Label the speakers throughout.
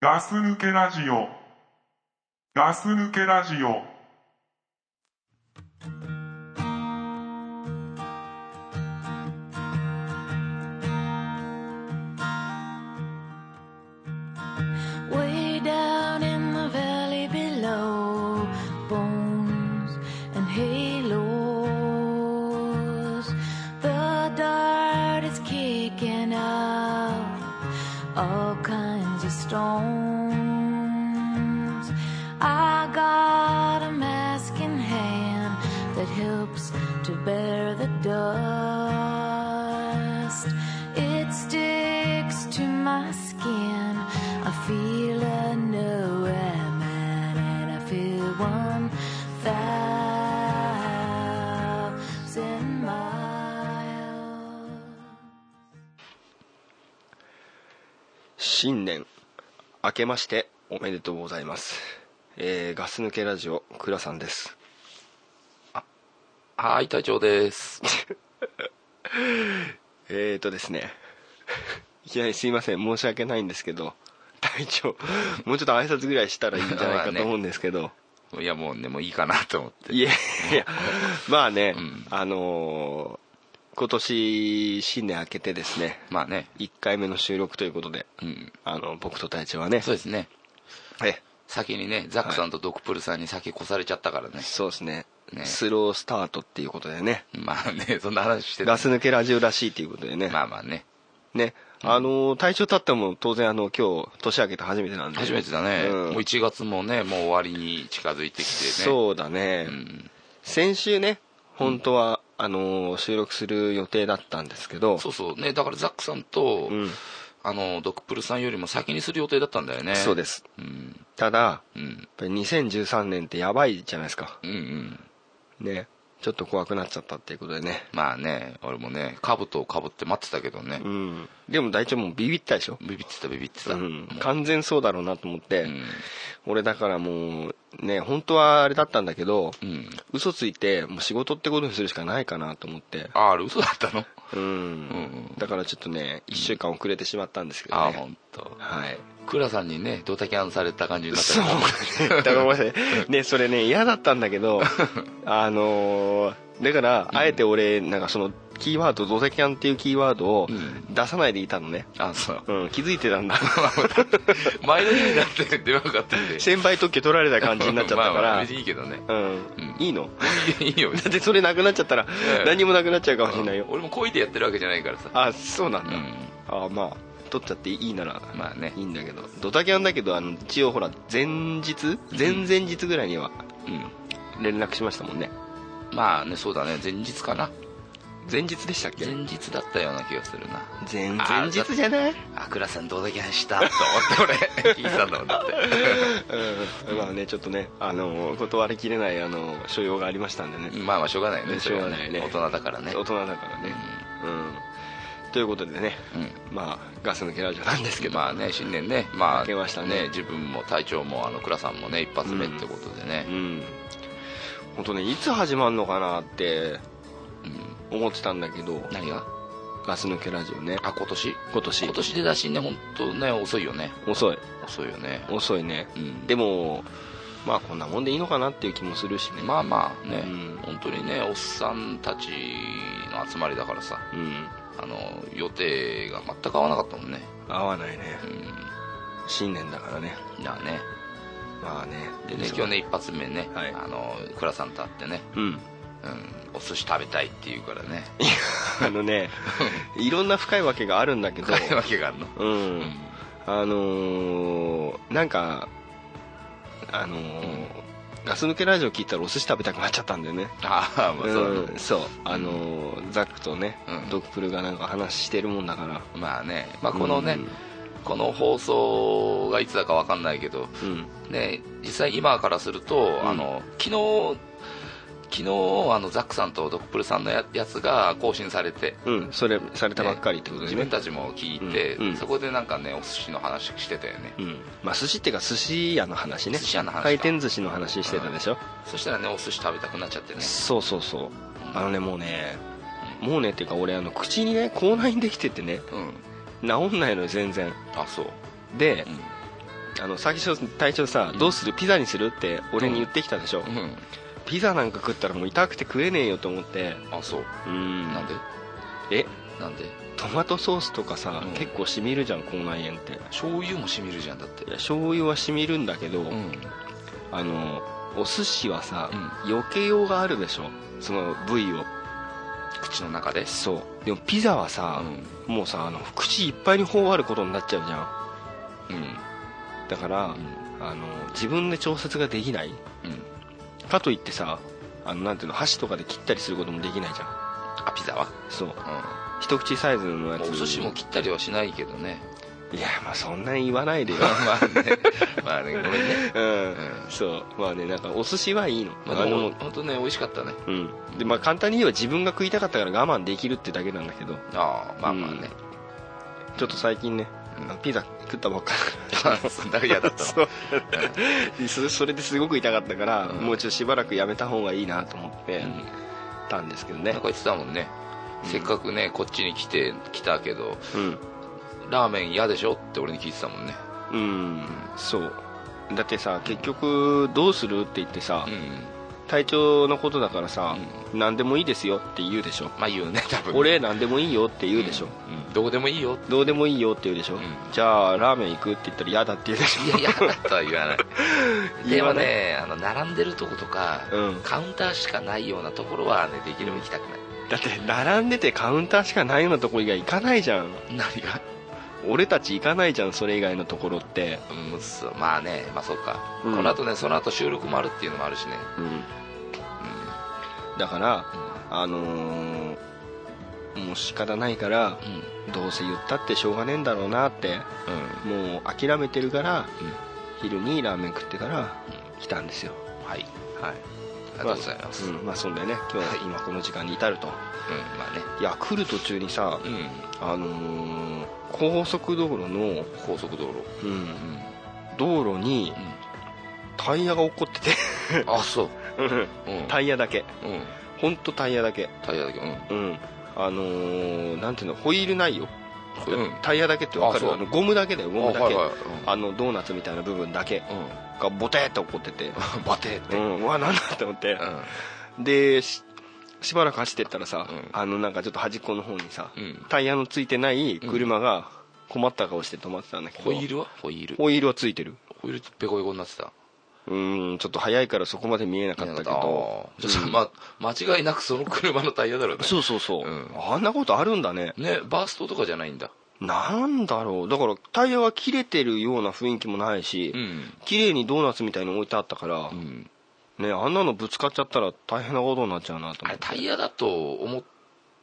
Speaker 1: ガス抜けラジオ。ガス抜けラジオ。
Speaker 2: Way down in the valley below, bones and halos. The dirt is kicking out all kinds of stones. I got a mask in hand that helps to bear the dust. It sticks to my skin. I feel a new man and I feel one thousand miles.
Speaker 3: 新年明けましておめでとうございます、えーガス抜けラジオ倉さんです
Speaker 4: はい、隊長です。
Speaker 3: えーとですね いきなりすいません申し訳ないんですけど隊長もうちょっと挨拶ぐらいしたらいいんじゃないかと思うんですけど、
Speaker 4: いや、もうね、もういいかなと思って。
Speaker 3: いやいやまあね、
Speaker 4: うん
Speaker 3: あのー今年新年明けてですね
Speaker 4: まあね、
Speaker 3: 1回目の収録ということで
Speaker 4: うん。
Speaker 3: あの僕と隊長はね
Speaker 4: そうですね。
Speaker 3: え
Speaker 4: 先にね、ザックさんとドクプルさんに先越されちゃったからね。
Speaker 3: そうですね
Speaker 4: ね
Speaker 3: スロースタートっていうことでね
Speaker 4: まあね、そんな話してた
Speaker 3: ガス抜けラジオらしいっていうことでね、
Speaker 4: まあまあね。
Speaker 3: ね、あのー体調立っても当然あの今日年明けて初めてなんで
Speaker 4: 初めてだね。
Speaker 3: うん
Speaker 4: もう1月もね、もう終わりに近づいてきてね。
Speaker 3: そうだね、
Speaker 4: うん。
Speaker 3: 先週ね本当は、あのー収録する予定だったんですけど
Speaker 4: そうそう。ね、だからザックさんと、
Speaker 3: うん
Speaker 4: あの、ドクプルさんよりも先にする予定だったんだよね。。
Speaker 3: そうですす
Speaker 4: うん。
Speaker 3: ただや
Speaker 4: うん。
Speaker 3: っぱり2013年ってやばいじゃないですか
Speaker 4: うんうん。
Speaker 3: ねちょっと怖くなっちゃったっていうことでね
Speaker 4: まあね、俺もね、兜をかぶって待ってたけどね
Speaker 3: う。んでも大腸もうビビったでしょ、
Speaker 4: ビビってた、ビビって
Speaker 3: う
Speaker 4: た。
Speaker 3: ん、完全そうだろうなと思って、
Speaker 4: うん。
Speaker 3: 俺だからもうね本当はあれだったんだけど
Speaker 4: うん。
Speaker 3: 嘘ついてもう仕事ってことにするしかないかなと思って
Speaker 4: ああれ嘘だったの
Speaker 3: うん、
Speaker 4: うん
Speaker 3: だからちょっとね1週間遅れてしまったんですけど
Speaker 4: ああ
Speaker 3: ね、
Speaker 4: 本当。
Speaker 3: はい
Speaker 4: 倉さんにねドタキャンされた感じになった
Speaker 3: そう
Speaker 4: か
Speaker 3: だね
Speaker 4: ら
Speaker 3: だからごめんなさいねそれね嫌だったんだけ どあのーだからあえて俺なんかそのキーワード「ドタキャン」っていうキーワードを
Speaker 4: うん
Speaker 3: 出さないでいたのね、
Speaker 4: あそう
Speaker 3: うん、気づいてたんだ
Speaker 4: 前の日になって電話かかってんで
Speaker 3: 先輩特許取られた感じになっちゃったか
Speaker 4: まあまあ
Speaker 3: ら
Speaker 4: 別にいいけどね
Speaker 3: うんいいの
Speaker 4: いい よ
Speaker 3: だってそれなくなっちゃったら
Speaker 4: え
Speaker 3: 何もなくなっちゃうかもしれないよ
Speaker 4: 俺も恋でやってるわけじゃないからさ
Speaker 3: あそうなん
Speaker 4: う
Speaker 3: だ、
Speaker 4: ん
Speaker 3: あまあ取っちゃっていいなら
Speaker 4: まあね
Speaker 3: いいんだけどドタキャンだけどあの一応ほら前日前々日ぐらいには
Speaker 4: うん
Speaker 3: 連絡しましたもんね
Speaker 4: まあねそうだね前日かな
Speaker 3: 前日でしたっけ
Speaker 4: 前日だったような気がするな
Speaker 3: 前
Speaker 4: あ
Speaker 3: 前日じゃない
Speaker 4: あ倉さんドタキャンしたと思って俺聞いてたん だもんだって
Speaker 3: うんまあねちょっとねあの断りきれないあの所要がありましたんでね、
Speaker 4: まあまあしょうがないよね
Speaker 3: しょうがないね
Speaker 4: それは大人だからね
Speaker 3: 大人だからねうん、ということでね
Speaker 4: うん
Speaker 3: まあガス抜けラジオなんですけど
Speaker 4: まあね新年ねまあ
Speaker 3: 明けましたね
Speaker 4: 自分も隊長もあの倉さんもね一発目ってことで
Speaker 3: う
Speaker 4: ね、
Speaker 3: ん本当ねいつ始まるのかなって
Speaker 4: うん
Speaker 3: 思ってたんだけど
Speaker 4: 何が
Speaker 3: ガス抜けラジオね
Speaker 4: あ今年
Speaker 3: 今年
Speaker 4: 今年出だしね本当ね遅いよね
Speaker 3: 遅い
Speaker 4: 遅いよね
Speaker 3: 遅いね
Speaker 4: うん
Speaker 3: でもまあこんなもんでいいのかなっていう気もするしね
Speaker 4: まあまあね、
Speaker 3: うん
Speaker 4: 本当にねおっさんたちの集まりだからさ
Speaker 3: うん
Speaker 4: あの予定が全く合わなかったもんね
Speaker 3: 合わないね
Speaker 4: うん
Speaker 3: 新年だからね
Speaker 4: だね
Speaker 3: まあね
Speaker 4: でね今日ね一発目ね、
Speaker 3: はい
Speaker 4: あの倉さんと会ってね、
Speaker 3: うん
Speaker 4: うん、お寿司食べたいって言うからね
Speaker 3: あのね いろんな深いわけがあるんだけど
Speaker 4: 買いわけがあるの
Speaker 3: う
Speaker 4: うん
Speaker 3: あのーなんかあのー
Speaker 4: うん
Speaker 3: ガス抜けラジオ聞いたらお寿司食べたくなっちゃったんだよね
Speaker 4: ああまあそうだね、
Speaker 3: んそうあのーザックとね、
Speaker 4: うん
Speaker 3: ドクプルがなんか話してるもんだから
Speaker 4: まあね、まあ、このね、
Speaker 3: うん
Speaker 4: この放送がいつだかわかんないけど、
Speaker 3: うん
Speaker 4: ね、実際今からすると、
Speaker 3: ん
Speaker 4: あの昨日昨日あのザックさんとドクプルさんのややつが更新されて、
Speaker 3: うんそれされたばっかりってこと
Speaker 4: 自
Speaker 3: でね
Speaker 4: 分たちも聞いて、
Speaker 3: うんうん
Speaker 4: そこでなんかねお寿司の話してたよね、
Speaker 3: うんまあ寿司っていうか寿司屋の話ね
Speaker 4: 寿司屋の話か
Speaker 3: 回転寿司の話してたでしょ、
Speaker 4: そしたらねお寿司食べたくなっちゃってね
Speaker 3: そうそうそうあのねもうね
Speaker 4: う
Speaker 3: もうねっていうか俺あの口にね口内炎できててね
Speaker 4: うん
Speaker 3: 治んないのよ全然
Speaker 4: あそう
Speaker 3: で
Speaker 4: うん
Speaker 3: あの最初最初さ、
Speaker 4: うん
Speaker 3: どうするピザにするって俺に言ってきたでしょ、
Speaker 4: うん
Speaker 3: ピザなんか食ったらもう痛くて食えねえよと思って
Speaker 4: あそう
Speaker 3: うん
Speaker 4: なんで
Speaker 3: え
Speaker 4: なんで
Speaker 3: トマトソースとかさ、
Speaker 4: うん
Speaker 3: 結構しみるじゃん口内炎ってい
Speaker 4: 醤油もしみるじゃんだって
Speaker 3: や醤油はしみるんだけど、
Speaker 4: うん
Speaker 3: あのお寿司はさ、
Speaker 4: う
Speaker 3: 避けようがあるでしょその部位を
Speaker 4: 口の中で
Speaker 3: そうでもピザはさ、
Speaker 4: うん
Speaker 3: もうさあの口いっぱいに頬張ることになっちゃうじゃ
Speaker 4: うん
Speaker 3: んだから、あの自分で調節ができない
Speaker 4: うん
Speaker 3: かといってさあのなんていうの箸とかで切ったりすることもできないじゃん
Speaker 4: あピザは
Speaker 3: そう
Speaker 4: う
Speaker 3: 一口サイズのや
Speaker 4: んまあ
Speaker 3: つ
Speaker 4: お寿司も切ったりはしないけどね
Speaker 3: いやまあそんなに言わないでよ
Speaker 4: まあねまあねごめん ね
Speaker 3: うん、
Speaker 4: うん
Speaker 3: そうまあねなんかお寿司はいいの,、
Speaker 4: まあでも
Speaker 3: の
Speaker 4: 本当ね美味しかったね
Speaker 3: うんでまあ簡単に言えば自分が食いたかったから我慢できるってだけなんだけど
Speaker 4: ああまあまあね
Speaker 3: ちょっと最近ね、
Speaker 4: うん
Speaker 3: あのピザ食ったばっ か
Speaker 4: そん だけ嫌だったの
Speaker 3: そうそそれですごく痛かったから、
Speaker 4: うん
Speaker 3: もうちょっとしばらくやめた方がいいなと思って、
Speaker 4: うん
Speaker 3: たんですけど
Speaker 4: なん
Speaker 3: ね
Speaker 4: か言ってたもんねせっかくねこっちに来て来たけど
Speaker 3: うん
Speaker 4: ラーメン嫌でしょって俺に聞いてたもんね
Speaker 3: うんそうだってさ結局どうするって言ってさ、
Speaker 4: うん
Speaker 3: 体調のことだからさ、何でもいいですよって言うでしょ
Speaker 4: まあ言うね多分
Speaker 3: 俺何でもいいよって言うでしょ、
Speaker 4: うんどうでもいいよ
Speaker 3: どうでもいいよって言うでしょ、
Speaker 4: ん
Speaker 3: じゃあラーメン行くって言ったら嫌だって言うでしょ
Speaker 4: いや嫌だとは言わない で
Speaker 3: 言わ
Speaker 4: も
Speaker 3: ない
Speaker 4: ねあの並んでるとことか
Speaker 3: うん
Speaker 4: カウンターしかないようなところはねできれば行きたくない
Speaker 3: だって並んでてカウンターしかないようなとこ以外行かないじゃん
Speaker 4: 何が
Speaker 3: 俺たち行かないじゃんそれ以外のところって
Speaker 4: うんそうまあねまあそうか、
Speaker 3: うん
Speaker 4: この後ねその後収録もあるっていうのもあるしね
Speaker 3: だからあのーもう仕方ないから
Speaker 4: うんうん
Speaker 3: どうせ言ったってしょうがねえんだろうなってもう諦めてるから、昼にラーメン食ってから来たんですよ
Speaker 4: はい
Speaker 3: はい
Speaker 4: ありがとうございます、
Speaker 3: う
Speaker 4: うん
Speaker 3: んまあそんでね今
Speaker 4: はい
Speaker 3: 日今この時間に至ると、
Speaker 4: まあね
Speaker 3: い、や来る途中にさ、
Speaker 4: うん
Speaker 3: あのー高速道路の、
Speaker 4: 高速道路
Speaker 3: うん
Speaker 4: うん、
Speaker 3: 道路にタイヤが落っこってて
Speaker 4: うん、あそううん
Speaker 3: タイヤだけ
Speaker 4: うん
Speaker 3: 本当タイヤだけ
Speaker 4: タイヤだけどうん
Speaker 3: うんあのーなんていうのホイールないよ、
Speaker 4: うん
Speaker 3: タイヤだけってわか
Speaker 4: あそ
Speaker 3: る
Speaker 4: う
Speaker 3: あのゴムだけだよゴムだけ、
Speaker 4: あはいはい
Speaker 3: あのドーナツみたいな部分だけ
Speaker 4: うん うん
Speaker 3: がボテーって落っこってて
Speaker 4: バテって
Speaker 3: う
Speaker 4: うん
Speaker 3: んうわなんだって思って
Speaker 4: う、ん
Speaker 3: でししばらく走ってったらさ、
Speaker 4: うん
Speaker 3: あのなんかちょっと端っこの方にさ、
Speaker 4: うん
Speaker 3: タイヤのついてない車が困った顔して止まってたんだけど
Speaker 4: ホイールはホイール
Speaker 3: ホイールはついてる
Speaker 4: ホイールペコペコになってた
Speaker 3: うんちょっと早いからそこまで見えなかったけど
Speaker 4: あーじゃあ まあ間違いなくその車のタイヤだろうね
Speaker 3: そうそうそう、
Speaker 4: うん
Speaker 3: あんなことあるんだね
Speaker 4: ねバーストとかじゃないんだ
Speaker 3: なんだろうだからタイヤは切れてるような雰囲気もないし、
Speaker 4: うん
Speaker 3: 綺麗にドーナツみたいに置いてあったから、
Speaker 4: うん
Speaker 3: ねあんなのぶつかっちゃったら大変なことになっちゃうなと
Speaker 4: あ
Speaker 3: 思っ
Speaker 4: れ
Speaker 3: て
Speaker 4: タイヤだと思っ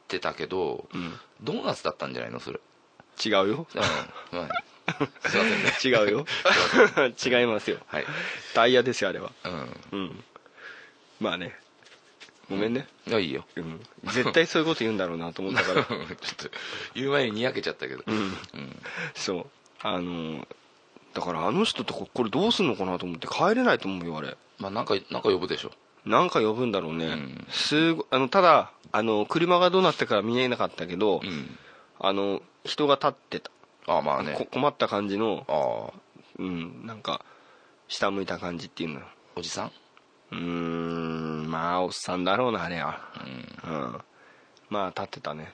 Speaker 4: てたけど、
Speaker 3: ん
Speaker 4: ドーナツだったんじゃないのそれ
Speaker 3: 違う よ
Speaker 4: うん、はいすいませんね
Speaker 3: 違うよ違いますよ
Speaker 4: はい
Speaker 3: タイヤですよあれは
Speaker 4: うん
Speaker 3: うんまあねごめんね、
Speaker 4: いやいいよ
Speaker 3: うん絶対そういうこと言うんだろうなと思ったか
Speaker 4: ちょ
Speaker 3: ら
Speaker 4: っ と言う前ににやけちゃったけどうん、
Speaker 3: そうあのーだからあの人とここれどうすんのかなと思って帰れないと思うよあれ
Speaker 4: まあなんかなんか呼ぶでしょ
Speaker 3: なんか呼ぶんだろうね、
Speaker 4: ん
Speaker 3: すごあのただあの車がどうなったか見えなかったけど、
Speaker 4: うん
Speaker 3: あの人が立ってた、
Speaker 4: ああまあね
Speaker 3: こ困った感じの、
Speaker 4: ああ
Speaker 3: うん、なんか下向いた感じっていうの
Speaker 4: おじさん
Speaker 3: うーんまあおっさんだろうなあれは
Speaker 4: うん
Speaker 3: うんまあ立ってたね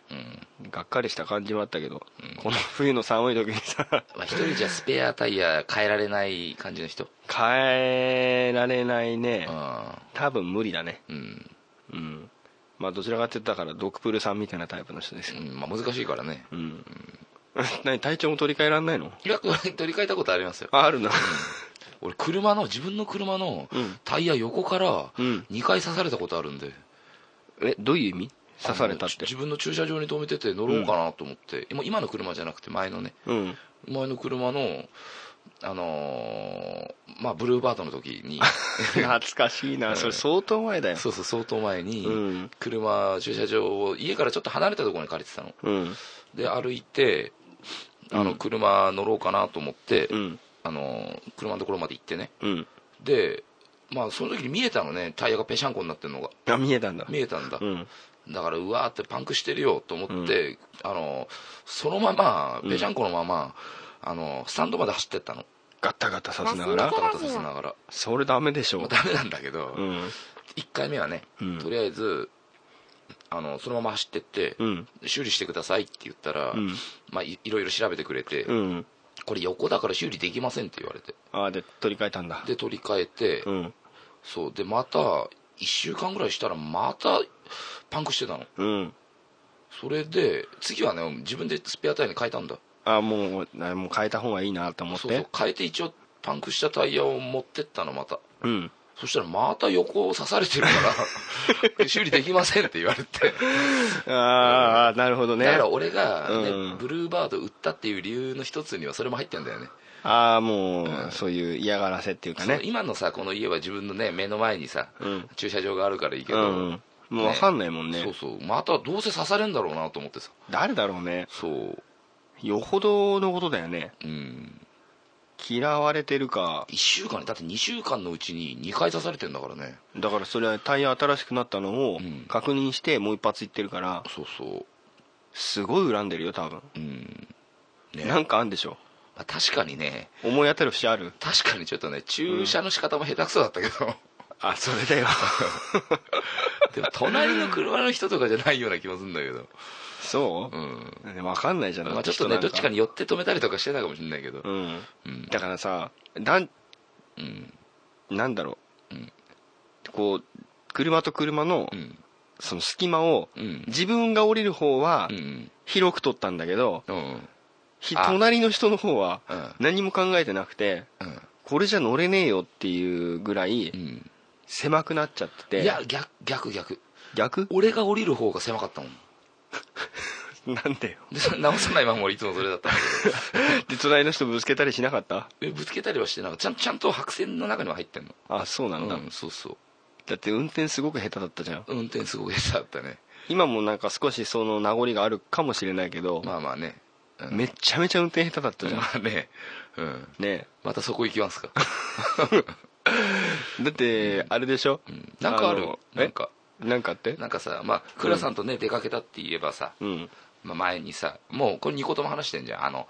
Speaker 4: うん
Speaker 3: がっかりした感じはあったけど、この冬の寒い時にさ
Speaker 4: まあ一人じゃスペアタイヤ変えられない感じの人
Speaker 3: 変えられないね
Speaker 4: あ
Speaker 3: 多分無理だね
Speaker 4: あうん、
Speaker 3: うんまあどちらかって言ったからドクプルさんみたいなタイプの人です
Speaker 4: う
Speaker 3: よ
Speaker 4: ん、まあ難しいからね
Speaker 3: うん何体調も取り替えられないの
Speaker 4: いやこれ取り替えたことありますよ
Speaker 3: ああるな
Speaker 4: 俺車の自分の車の
Speaker 3: うん
Speaker 4: タイヤ横から
Speaker 3: うん
Speaker 4: 2回刺されたことあるんで
Speaker 3: えどういう意味刺されたっ
Speaker 4: あの
Speaker 3: て
Speaker 4: 自分の駐車場に止めてて乗ろうかなと思って、今今の車じゃなくて前のね
Speaker 3: うん
Speaker 4: 前の車のあのーまあブルーバードの時 に
Speaker 3: 懐かしいなそれ相当前だよ
Speaker 4: そうそう相当前に、
Speaker 3: うん
Speaker 4: 車駐車場を家からちょっと離れたところに借りてたの
Speaker 3: うん
Speaker 4: で歩いてあ
Speaker 3: う
Speaker 4: の
Speaker 3: ん
Speaker 4: 車乗ろうかなと思って、
Speaker 3: うん
Speaker 4: あのー車のところまで行ってね
Speaker 3: うん
Speaker 4: でまあその時に見えたのねタイヤがぺしゃんこになってるのが
Speaker 3: あ見えたんだ
Speaker 4: 見えたんだ、
Speaker 3: うん
Speaker 4: だからうわーってパンクしてるよと思って、あのそのままぺちゃんこのまま、あのスタンドまで走ってったの
Speaker 3: ガッタガタさせなが
Speaker 4: ガ
Speaker 3: ら
Speaker 4: タガタさせながら
Speaker 3: それダメでし
Speaker 4: も
Speaker 3: ょ
Speaker 4: うダメなんだけど、
Speaker 3: うん
Speaker 4: 一1回目はね、
Speaker 3: うん
Speaker 4: とりあえずあのそのまま走ってって、
Speaker 3: うん
Speaker 4: 修理してくださいって言ったら、
Speaker 3: うん
Speaker 4: まあ、いいろいろ調べてくれて、
Speaker 3: うん
Speaker 4: これ横だから修理できませんって言われて
Speaker 3: ああで取り替えたんだ
Speaker 4: で取り替えて、
Speaker 3: うん
Speaker 4: そうでまた1週間ぐらいしたらまたパンクしてたの
Speaker 3: うん
Speaker 4: それで次はね自分でスペアタイヤに変えたんだ
Speaker 3: ああもうあもう変えた方がいいなと思って
Speaker 4: そうそう変えて一応パンクしたタイヤを持ってったのまた
Speaker 3: うん
Speaker 4: そしたらまた横を刺されてるか ら 修理できませんって言われて
Speaker 3: ああなるほどね
Speaker 4: だから俺が、ね
Speaker 3: うん
Speaker 4: ブルーバード売ったっていう理由の一つにはそれも入ってんだよね
Speaker 3: ああもうそういう嫌がらせっていうか
Speaker 4: そ
Speaker 3: ね
Speaker 4: う今のさこの家は自分のね目の前にさ、
Speaker 3: うん
Speaker 4: 駐車場があるからいいけ
Speaker 3: う
Speaker 4: ど、
Speaker 3: んうんもう分かんないもんね
Speaker 4: そうそうまたどうせ刺されんだろうなと思ってさ
Speaker 3: 誰だろうね
Speaker 4: そう
Speaker 3: よほどのことだよね
Speaker 4: うん
Speaker 3: 嫌われてるか
Speaker 4: 1週間にだって2週間のうちに2回刺されてんだからね
Speaker 3: だからそれはタイヤ新しくなったのを
Speaker 4: うん
Speaker 3: 確認してもう一発いってるから
Speaker 4: そうそう
Speaker 3: すごい恨んでるよ多分
Speaker 4: うんね
Speaker 3: なんかあんでしょ
Speaker 4: まあ、確かにね
Speaker 3: 思い当たる節ある
Speaker 4: 確かにちょっとね注射の仕方も下手くそだったけど、
Speaker 3: あそれだよ
Speaker 4: でも隣の車の人とかじゃないような気もするんだけど
Speaker 3: そうう、
Speaker 4: ん
Speaker 3: 分かんないじゃん
Speaker 4: まあ、ちょっとねどっちか
Speaker 3: に
Speaker 4: に寄って止めたりとかしてたかもしれないけど
Speaker 3: うん
Speaker 4: うん
Speaker 3: だからさだん
Speaker 4: うん
Speaker 3: なんだろう、
Speaker 4: うん
Speaker 3: こう車と車の
Speaker 4: うん
Speaker 3: その隙間を
Speaker 4: うん
Speaker 3: 自分が降りる方は
Speaker 4: うん
Speaker 3: 広く取ったんだけど、
Speaker 4: うん
Speaker 3: ひ
Speaker 4: あ
Speaker 3: 隣の人の方は
Speaker 4: うん
Speaker 3: 何も考えてなくて
Speaker 4: うん
Speaker 3: これじゃ乗れねえよっていうぐら
Speaker 4: う
Speaker 3: い
Speaker 4: ん
Speaker 3: 狭くなっちゃってて
Speaker 4: いや逆逆逆
Speaker 3: 逆
Speaker 4: 俺が降りる方が狭かったもん
Speaker 3: なんでよ
Speaker 4: でそれ 直さないまま俺いつもそれだったんだけど
Speaker 3: で隣の人ぶつけたりしなかった
Speaker 4: えぶつけたりはしてなんかちゃんちゃんと白線の中には入ってんの
Speaker 3: あそうなんだ、
Speaker 4: うん、そうそう
Speaker 3: だって運転すごく下手だったじゃん
Speaker 4: 運転すごい下手だったね
Speaker 3: 今もなんか少しその名残があるかもしれないけど、
Speaker 4: まあまあね、うん
Speaker 3: めっちゃめちゃ運転下手だったじゃん、
Speaker 4: まあね、うん、
Speaker 3: ね
Speaker 4: またそこ行き ますか、
Speaker 3: えだってあれでしょ、
Speaker 4: うんなんかあ
Speaker 3: あ
Speaker 4: る
Speaker 3: のえ
Speaker 4: なんか
Speaker 3: なんかって
Speaker 4: なんかさまあ倉さんとね出かけたって言えばさ、
Speaker 3: うん
Speaker 4: まあ、前にさもうこれ2個とも話してんじゃんあの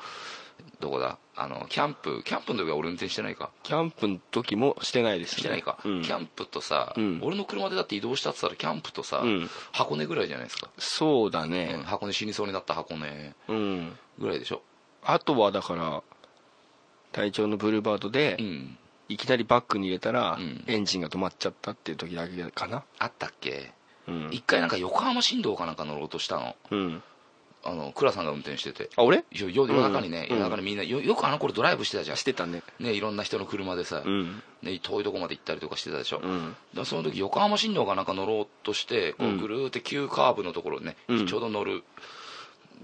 Speaker 4: どこだあのキャンプキャンプの時は俺運転してないか
Speaker 3: キャンプの時もしてないですね
Speaker 4: してないか、
Speaker 3: うん
Speaker 4: キャンプとさ、
Speaker 3: うん
Speaker 4: 俺の車でだって移動したって言ったらキャンプとさ、
Speaker 3: うん
Speaker 4: 箱根ぐらいじゃないですか、
Speaker 3: そうだ
Speaker 4: うん
Speaker 3: ね
Speaker 4: 箱根死にそうになった箱根
Speaker 3: うん、
Speaker 4: ぐらいでしょ
Speaker 3: あとはだから隊長のブルーバードで、
Speaker 4: うん
Speaker 3: いきなりバックに入れたら、
Speaker 4: うん
Speaker 3: エンジンが止まっちゃったっていう時だけかな
Speaker 4: あったっけ
Speaker 3: うん
Speaker 4: 一、回なんか横浜新道かなんか乗ろうとしたの
Speaker 3: うん、
Speaker 4: あの倉さんが運転してて
Speaker 3: あ俺
Speaker 4: 夜夜夜中にね、
Speaker 3: うん
Speaker 4: 夜中にみんなよよくあの頃ドライブしてたじゃん
Speaker 3: してたね
Speaker 4: ね、いろんな人の車でさ、
Speaker 3: うん
Speaker 4: ね、遠いとこまで行ったりとかしてたでしょ、
Speaker 3: う
Speaker 4: だか
Speaker 3: ん
Speaker 4: らその時横浜新道かなんか乗ろうとしてこ
Speaker 3: う
Speaker 4: うんぐるーって急カーブのところね、
Speaker 3: うん
Speaker 4: ちょうど乗る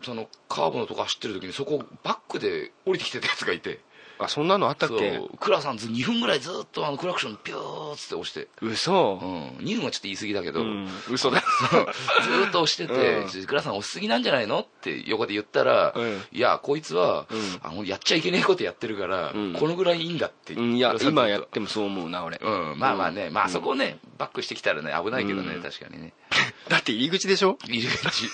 Speaker 4: そのカーブのとこ走ってる時にそこをバックで降りてきてたやつがいて
Speaker 3: あそんなのあったっけ
Speaker 4: そう倉さんず2分ぐらいずっとあのクラクションピューッつって押して、
Speaker 3: 嘘
Speaker 4: うん、2分はちょっと言い過ぎだけど、
Speaker 3: うん嘘だ
Speaker 4: ずーっと押して
Speaker 3: うん
Speaker 4: て、倉さん押しすぎなんじゃないのって横で言ったら、
Speaker 3: うん
Speaker 4: いや、こいつは、
Speaker 3: うん
Speaker 4: あのやっちゃいけねえことやってるから、
Speaker 3: うん
Speaker 4: このぐらいいいんだっ て、
Speaker 3: うんいや
Speaker 4: 倉さん
Speaker 3: 今やってもそう思うな俺
Speaker 4: うん、まあまあね、
Speaker 3: うん
Speaker 4: まああそこをね、バックしてきたらね、危ないけどね、
Speaker 3: うん
Speaker 4: 確かにね。
Speaker 3: だって入り口でしょ
Speaker 4: 入 り口。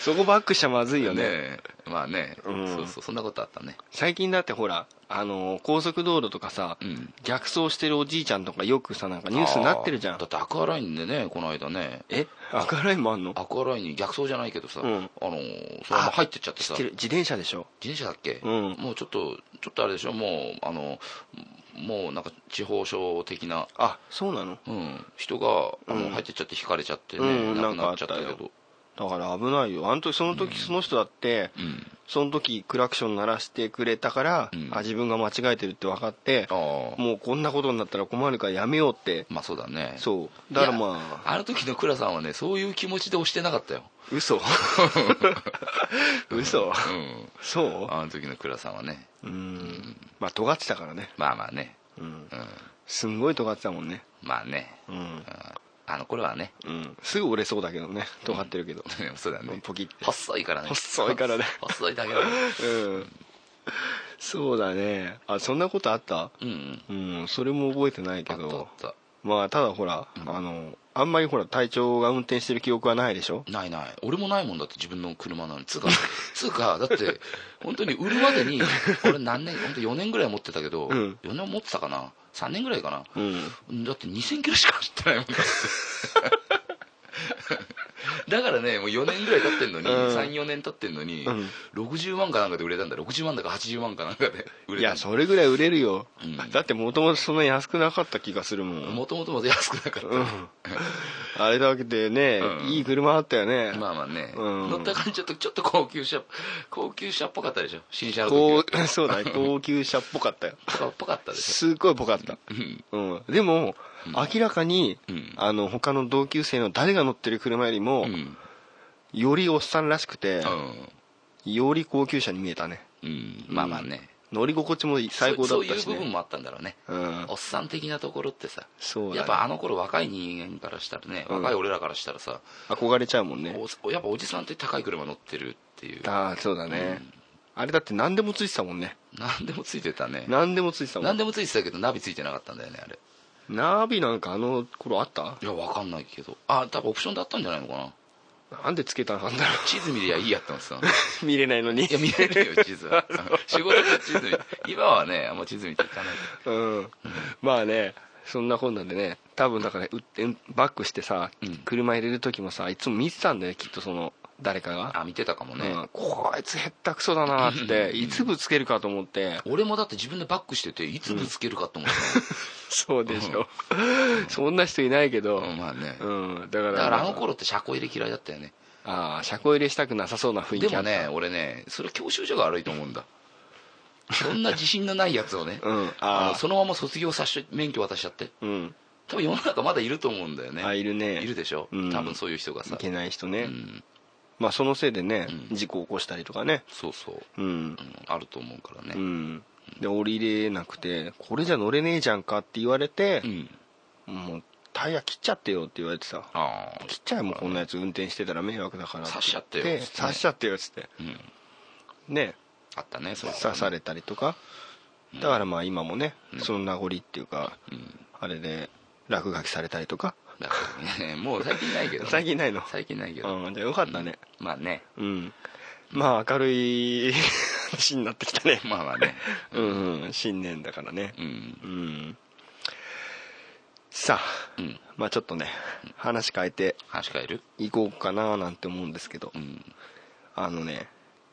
Speaker 3: そこバックしちゃまずいよね
Speaker 4: ねまあね、
Speaker 3: うん
Speaker 4: そうそう、そんなことあったね。
Speaker 3: 最近だってほらあの高速道路とかさ、
Speaker 4: うん。
Speaker 3: 逆走してるおじいちゃんとかよくさなんかニュースになってるじゃ
Speaker 4: あー
Speaker 3: ん
Speaker 4: だってアクアラインでね、この間ね、
Speaker 3: え赤ラインもあんの
Speaker 4: アクアラインに逆走じゃないけどさ、
Speaker 3: うん
Speaker 4: あのーそのまま入ってっちゃって
Speaker 3: 知
Speaker 4: さ
Speaker 3: って、る自転車でしょ
Speaker 4: 自転車だっけ、
Speaker 3: うん
Speaker 4: もうちょっとちょっとあれでしょもうあのもうなんか地方省的な、
Speaker 3: あそうなの
Speaker 4: うん、人が、あの
Speaker 3: うん
Speaker 4: 入ってっちゃって引かれちゃってね、
Speaker 3: うん
Speaker 4: 亡くなっちゃったけ
Speaker 3: なんか
Speaker 4: ど
Speaker 3: だから危ないよあの時その時その人だって、
Speaker 4: うん
Speaker 3: その時クラクション鳴らしてくれたから、
Speaker 4: うん
Speaker 3: あ自分が間違えてるって分かって
Speaker 4: ああ
Speaker 3: もうこんなことになったら困るからやめようって
Speaker 4: まあそうだね
Speaker 3: そうだから
Speaker 4: いや
Speaker 3: まあ
Speaker 4: あの時の倉さんはねそういう気持ちで押してなかったよ
Speaker 3: 嘘嘘
Speaker 4: うん
Speaker 3: そ
Speaker 4: あの時の倉さんはね
Speaker 3: ううんまあ尖ってたからね
Speaker 4: まあまあね
Speaker 3: うん
Speaker 4: うん
Speaker 3: すんごい尖ってたもんね
Speaker 4: まあね、
Speaker 3: うん
Speaker 4: うん、あの頃はね
Speaker 3: うんすぐ折れそうだけどね尖ってるけど
Speaker 4: そうだね
Speaker 3: ポキって
Speaker 4: 細いからね
Speaker 3: 細いからね
Speaker 4: 細いだけだね
Speaker 3: うんそうだねあそんなことあった
Speaker 4: うんうん
Speaker 3: うんそれも覚えてない
Speaker 4: あ
Speaker 3: け
Speaker 4: ったあっ
Speaker 3: ど
Speaker 4: た
Speaker 3: まあただほら、あのあんまりほら隊長が運転してる記憶はないでしょ
Speaker 4: ないない俺もないもんだって自分の車なのにつうか つうかだって本当に売るまでにこれ何年本当4年ぐらい持ってたけど、
Speaker 3: うん
Speaker 4: 4年持ってたかな3年ぐらいかな、
Speaker 3: うん
Speaker 4: だって2000キロしか走ってないもんだ ってだからねもう4年ぐらい経ってんのに、
Speaker 3: うん
Speaker 4: 34年経ってんのに、
Speaker 3: うん
Speaker 4: 60万かなんかで売れたんだ60万だか80万かなんかで売
Speaker 3: い
Speaker 4: れた
Speaker 3: や
Speaker 4: んだ
Speaker 3: それぐらい売れるよ、
Speaker 4: うん
Speaker 3: だってもともとそんな安くなかった気がするもん
Speaker 4: もともとまだ安くなかった、
Speaker 3: あれだけでね、
Speaker 4: うん
Speaker 3: いい車あったよね、
Speaker 4: まあまあね、
Speaker 3: うん
Speaker 4: 乗った感じちょっとちょっと高級車高級車っぽかったでしょ新車の時
Speaker 3: こ
Speaker 4: は
Speaker 3: うそうだね 高級車っぽかったよ
Speaker 4: 高っぽかったでし
Speaker 3: すっごいぽかった、
Speaker 4: ょ、うん
Speaker 3: うん、でも、明らかに、
Speaker 4: うん
Speaker 3: あの他の同級生の誰が乗ってる車よりも、
Speaker 4: うん
Speaker 3: よりおっさんらしくて、より高級車に見えたね
Speaker 4: うん、まあまあね、
Speaker 3: 乗り心地も最高だった
Speaker 4: そ
Speaker 3: し
Speaker 4: うそういう部分
Speaker 3: ね
Speaker 4: もあったんだろうね、
Speaker 3: うん
Speaker 4: おっさん的なところってさ
Speaker 3: そうだね
Speaker 4: やっぱあの頃若い人間からしたらね、
Speaker 3: うん
Speaker 4: 若い俺らからしたらさ、
Speaker 3: 憧れちゃうもんね
Speaker 4: おやっぱおじさんって高い車乗ってるっていう
Speaker 3: ああそうだね、あれだって何でもついてたもんね
Speaker 4: 何でもついてたね
Speaker 3: 何でもついてたも
Speaker 4: 何
Speaker 3: ん
Speaker 4: でもついてたけどナビついてなかったんだよねあれ
Speaker 3: ナビなんかあの頃あった
Speaker 4: いやわかんないけどあ多分オプションだったんじゃないのかな
Speaker 3: なんでつけたのあんだろ
Speaker 4: 地図見りゃいいやったん ですよ
Speaker 3: う見れないのに
Speaker 4: いや見れるよ地図は 仕事で地図見今はねあんま地図見ていかない
Speaker 3: うんまあねそんなこんなんでね多分だからううんバックしてさ、
Speaker 4: うん
Speaker 3: 車入れる時もさいつも見てたんだよきっとその誰かが、
Speaker 4: あ見てたかもね、
Speaker 3: うん、こいつへったくそだなっていつぶつけるかと思って
Speaker 4: 俺もだって自分でバックしてていつぶつけるかと思った
Speaker 3: そうでしょ、 そんな人いないけど、
Speaker 4: の、うんまあね、
Speaker 3: うん、だから
Speaker 4: だからあの頃って車庫入れ嫌いだったよね
Speaker 3: ああ車庫入れしたくなさそうな雰囲気
Speaker 4: で
Speaker 3: あ
Speaker 4: も
Speaker 3: った
Speaker 4: ね俺ねそれ教習所が悪いと思うんだそんな自信のないやつをね、
Speaker 3: うん
Speaker 4: あ
Speaker 3: あ
Speaker 4: のそのまま卒業させて免許渡しちゃって
Speaker 3: あうん
Speaker 4: 多分世の中まだいると思うんだよね
Speaker 3: あいるね
Speaker 4: いるでしょ、
Speaker 3: うん
Speaker 4: 多分そういう人が
Speaker 3: い
Speaker 4: さ
Speaker 3: けない人ね、
Speaker 4: うん、
Speaker 3: まあそのせいでね、
Speaker 4: うん
Speaker 3: 事故起こしたりとかね
Speaker 4: そうそう、
Speaker 3: うん
Speaker 4: うん、あると思うから
Speaker 3: う
Speaker 4: ね
Speaker 3: んで降りれなくてこれじゃ乗れねえじゃんかって言われて
Speaker 4: うん、、
Speaker 3: もうタイヤ切っちゃってよって言われてさ
Speaker 4: ああ
Speaker 3: 切っちゃえもうこんなやつ運転してたら迷惑だから
Speaker 4: 刺しちゃってよ
Speaker 3: で
Speaker 4: つって
Speaker 3: 刺しちゃってよっつって
Speaker 4: うん
Speaker 3: ね
Speaker 4: あったねそれ
Speaker 3: 刺されたりとかだからまあ今もね
Speaker 4: うん
Speaker 3: その名残っていうか
Speaker 4: うん
Speaker 3: あれで落書きされたりとか
Speaker 4: だからね もう最近ないけど、
Speaker 3: 最近ないの
Speaker 4: 最近ないけど、
Speaker 3: うんじゃあよかったね
Speaker 4: まあね
Speaker 3: うんまあ明るい話になってきたね
Speaker 4: まあまあね
Speaker 3: うんうん新年だからね
Speaker 4: うん
Speaker 3: うんさあ
Speaker 4: うん
Speaker 3: まあちょっとね話変えて
Speaker 4: 話変える
Speaker 3: いこうかななんて思うんですけど
Speaker 4: うん
Speaker 3: あのね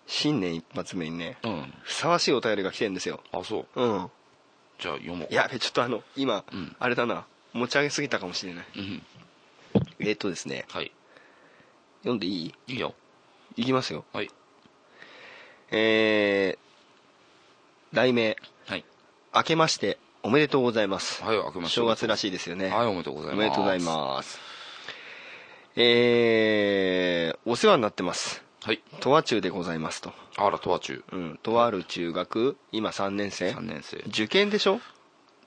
Speaker 3: 新年一発目にね
Speaker 4: うん
Speaker 3: ふさわしいお便りが来てんですよ
Speaker 4: あそう
Speaker 3: うん
Speaker 4: じゃあ読もう
Speaker 3: やべちょっとあの今、
Speaker 4: うん
Speaker 3: あれだな持ち上げすぎたかもしれない
Speaker 4: うん
Speaker 3: えっとですね
Speaker 4: はい
Speaker 3: 読んでいい
Speaker 4: いいよ
Speaker 3: いきますよ
Speaker 4: はい
Speaker 3: えー、題名
Speaker 4: はい
Speaker 3: 明けましておめでとうございます、
Speaker 4: はい明けまして
Speaker 3: 正月らしいですよね
Speaker 4: はいおめでとうございま
Speaker 3: お
Speaker 4: す
Speaker 3: めでとうございますえー、お世話になってます
Speaker 4: はい
Speaker 3: とわ中でございますと、
Speaker 4: あらとわ中
Speaker 3: うん、とある中学今3年生
Speaker 4: 3年生
Speaker 3: 受験でしょ、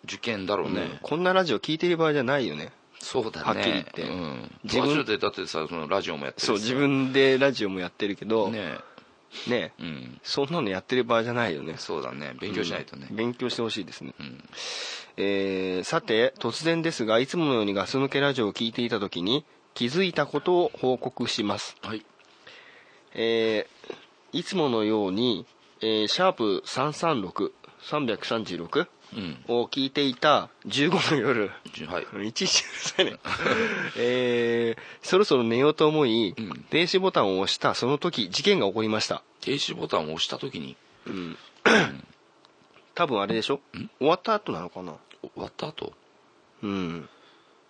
Speaker 4: 受験だろうね、
Speaker 3: うんこんなラジオ聞いてる場合じゃないよね
Speaker 4: そうだね
Speaker 3: はっきり言って
Speaker 4: うん、
Speaker 3: 自
Speaker 4: 自
Speaker 3: 分
Speaker 4: 分でだってさそのラジオもやってるし
Speaker 3: そう自分でラジオもやってるけどね
Speaker 4: ねうん
Speaker 3: そんなのやってる場合じゃないよね
Speaker 4: そうだね勉強しないとね
Speaker 3: うん勉強してほしいですね、
Speaker 4: うん
Speaker 3: えーさて突然ですがいつものようにガス抜けラジオを聞いていた時に気づいたことを報告します、
Speaker 4: はい
Speaker 3: えーいつものように、えーシャープ336336
Speaker 4: うん
Speaker 3: を聞いていた15の夜
Speaker 4: じはい
Speaker 3: いちいちうるさいね、えーそろそろ寝ようと思い、
Speaker 4: うん
Speaker 3: 停止ボタンを押したその時事件が起こりました
Speaker 4: 停止ボタンを押した時に
Speaker 3: うん、 多分あれでしょ終わった後なのかな
Speaker 4: お終わった後
Speaker 3: うん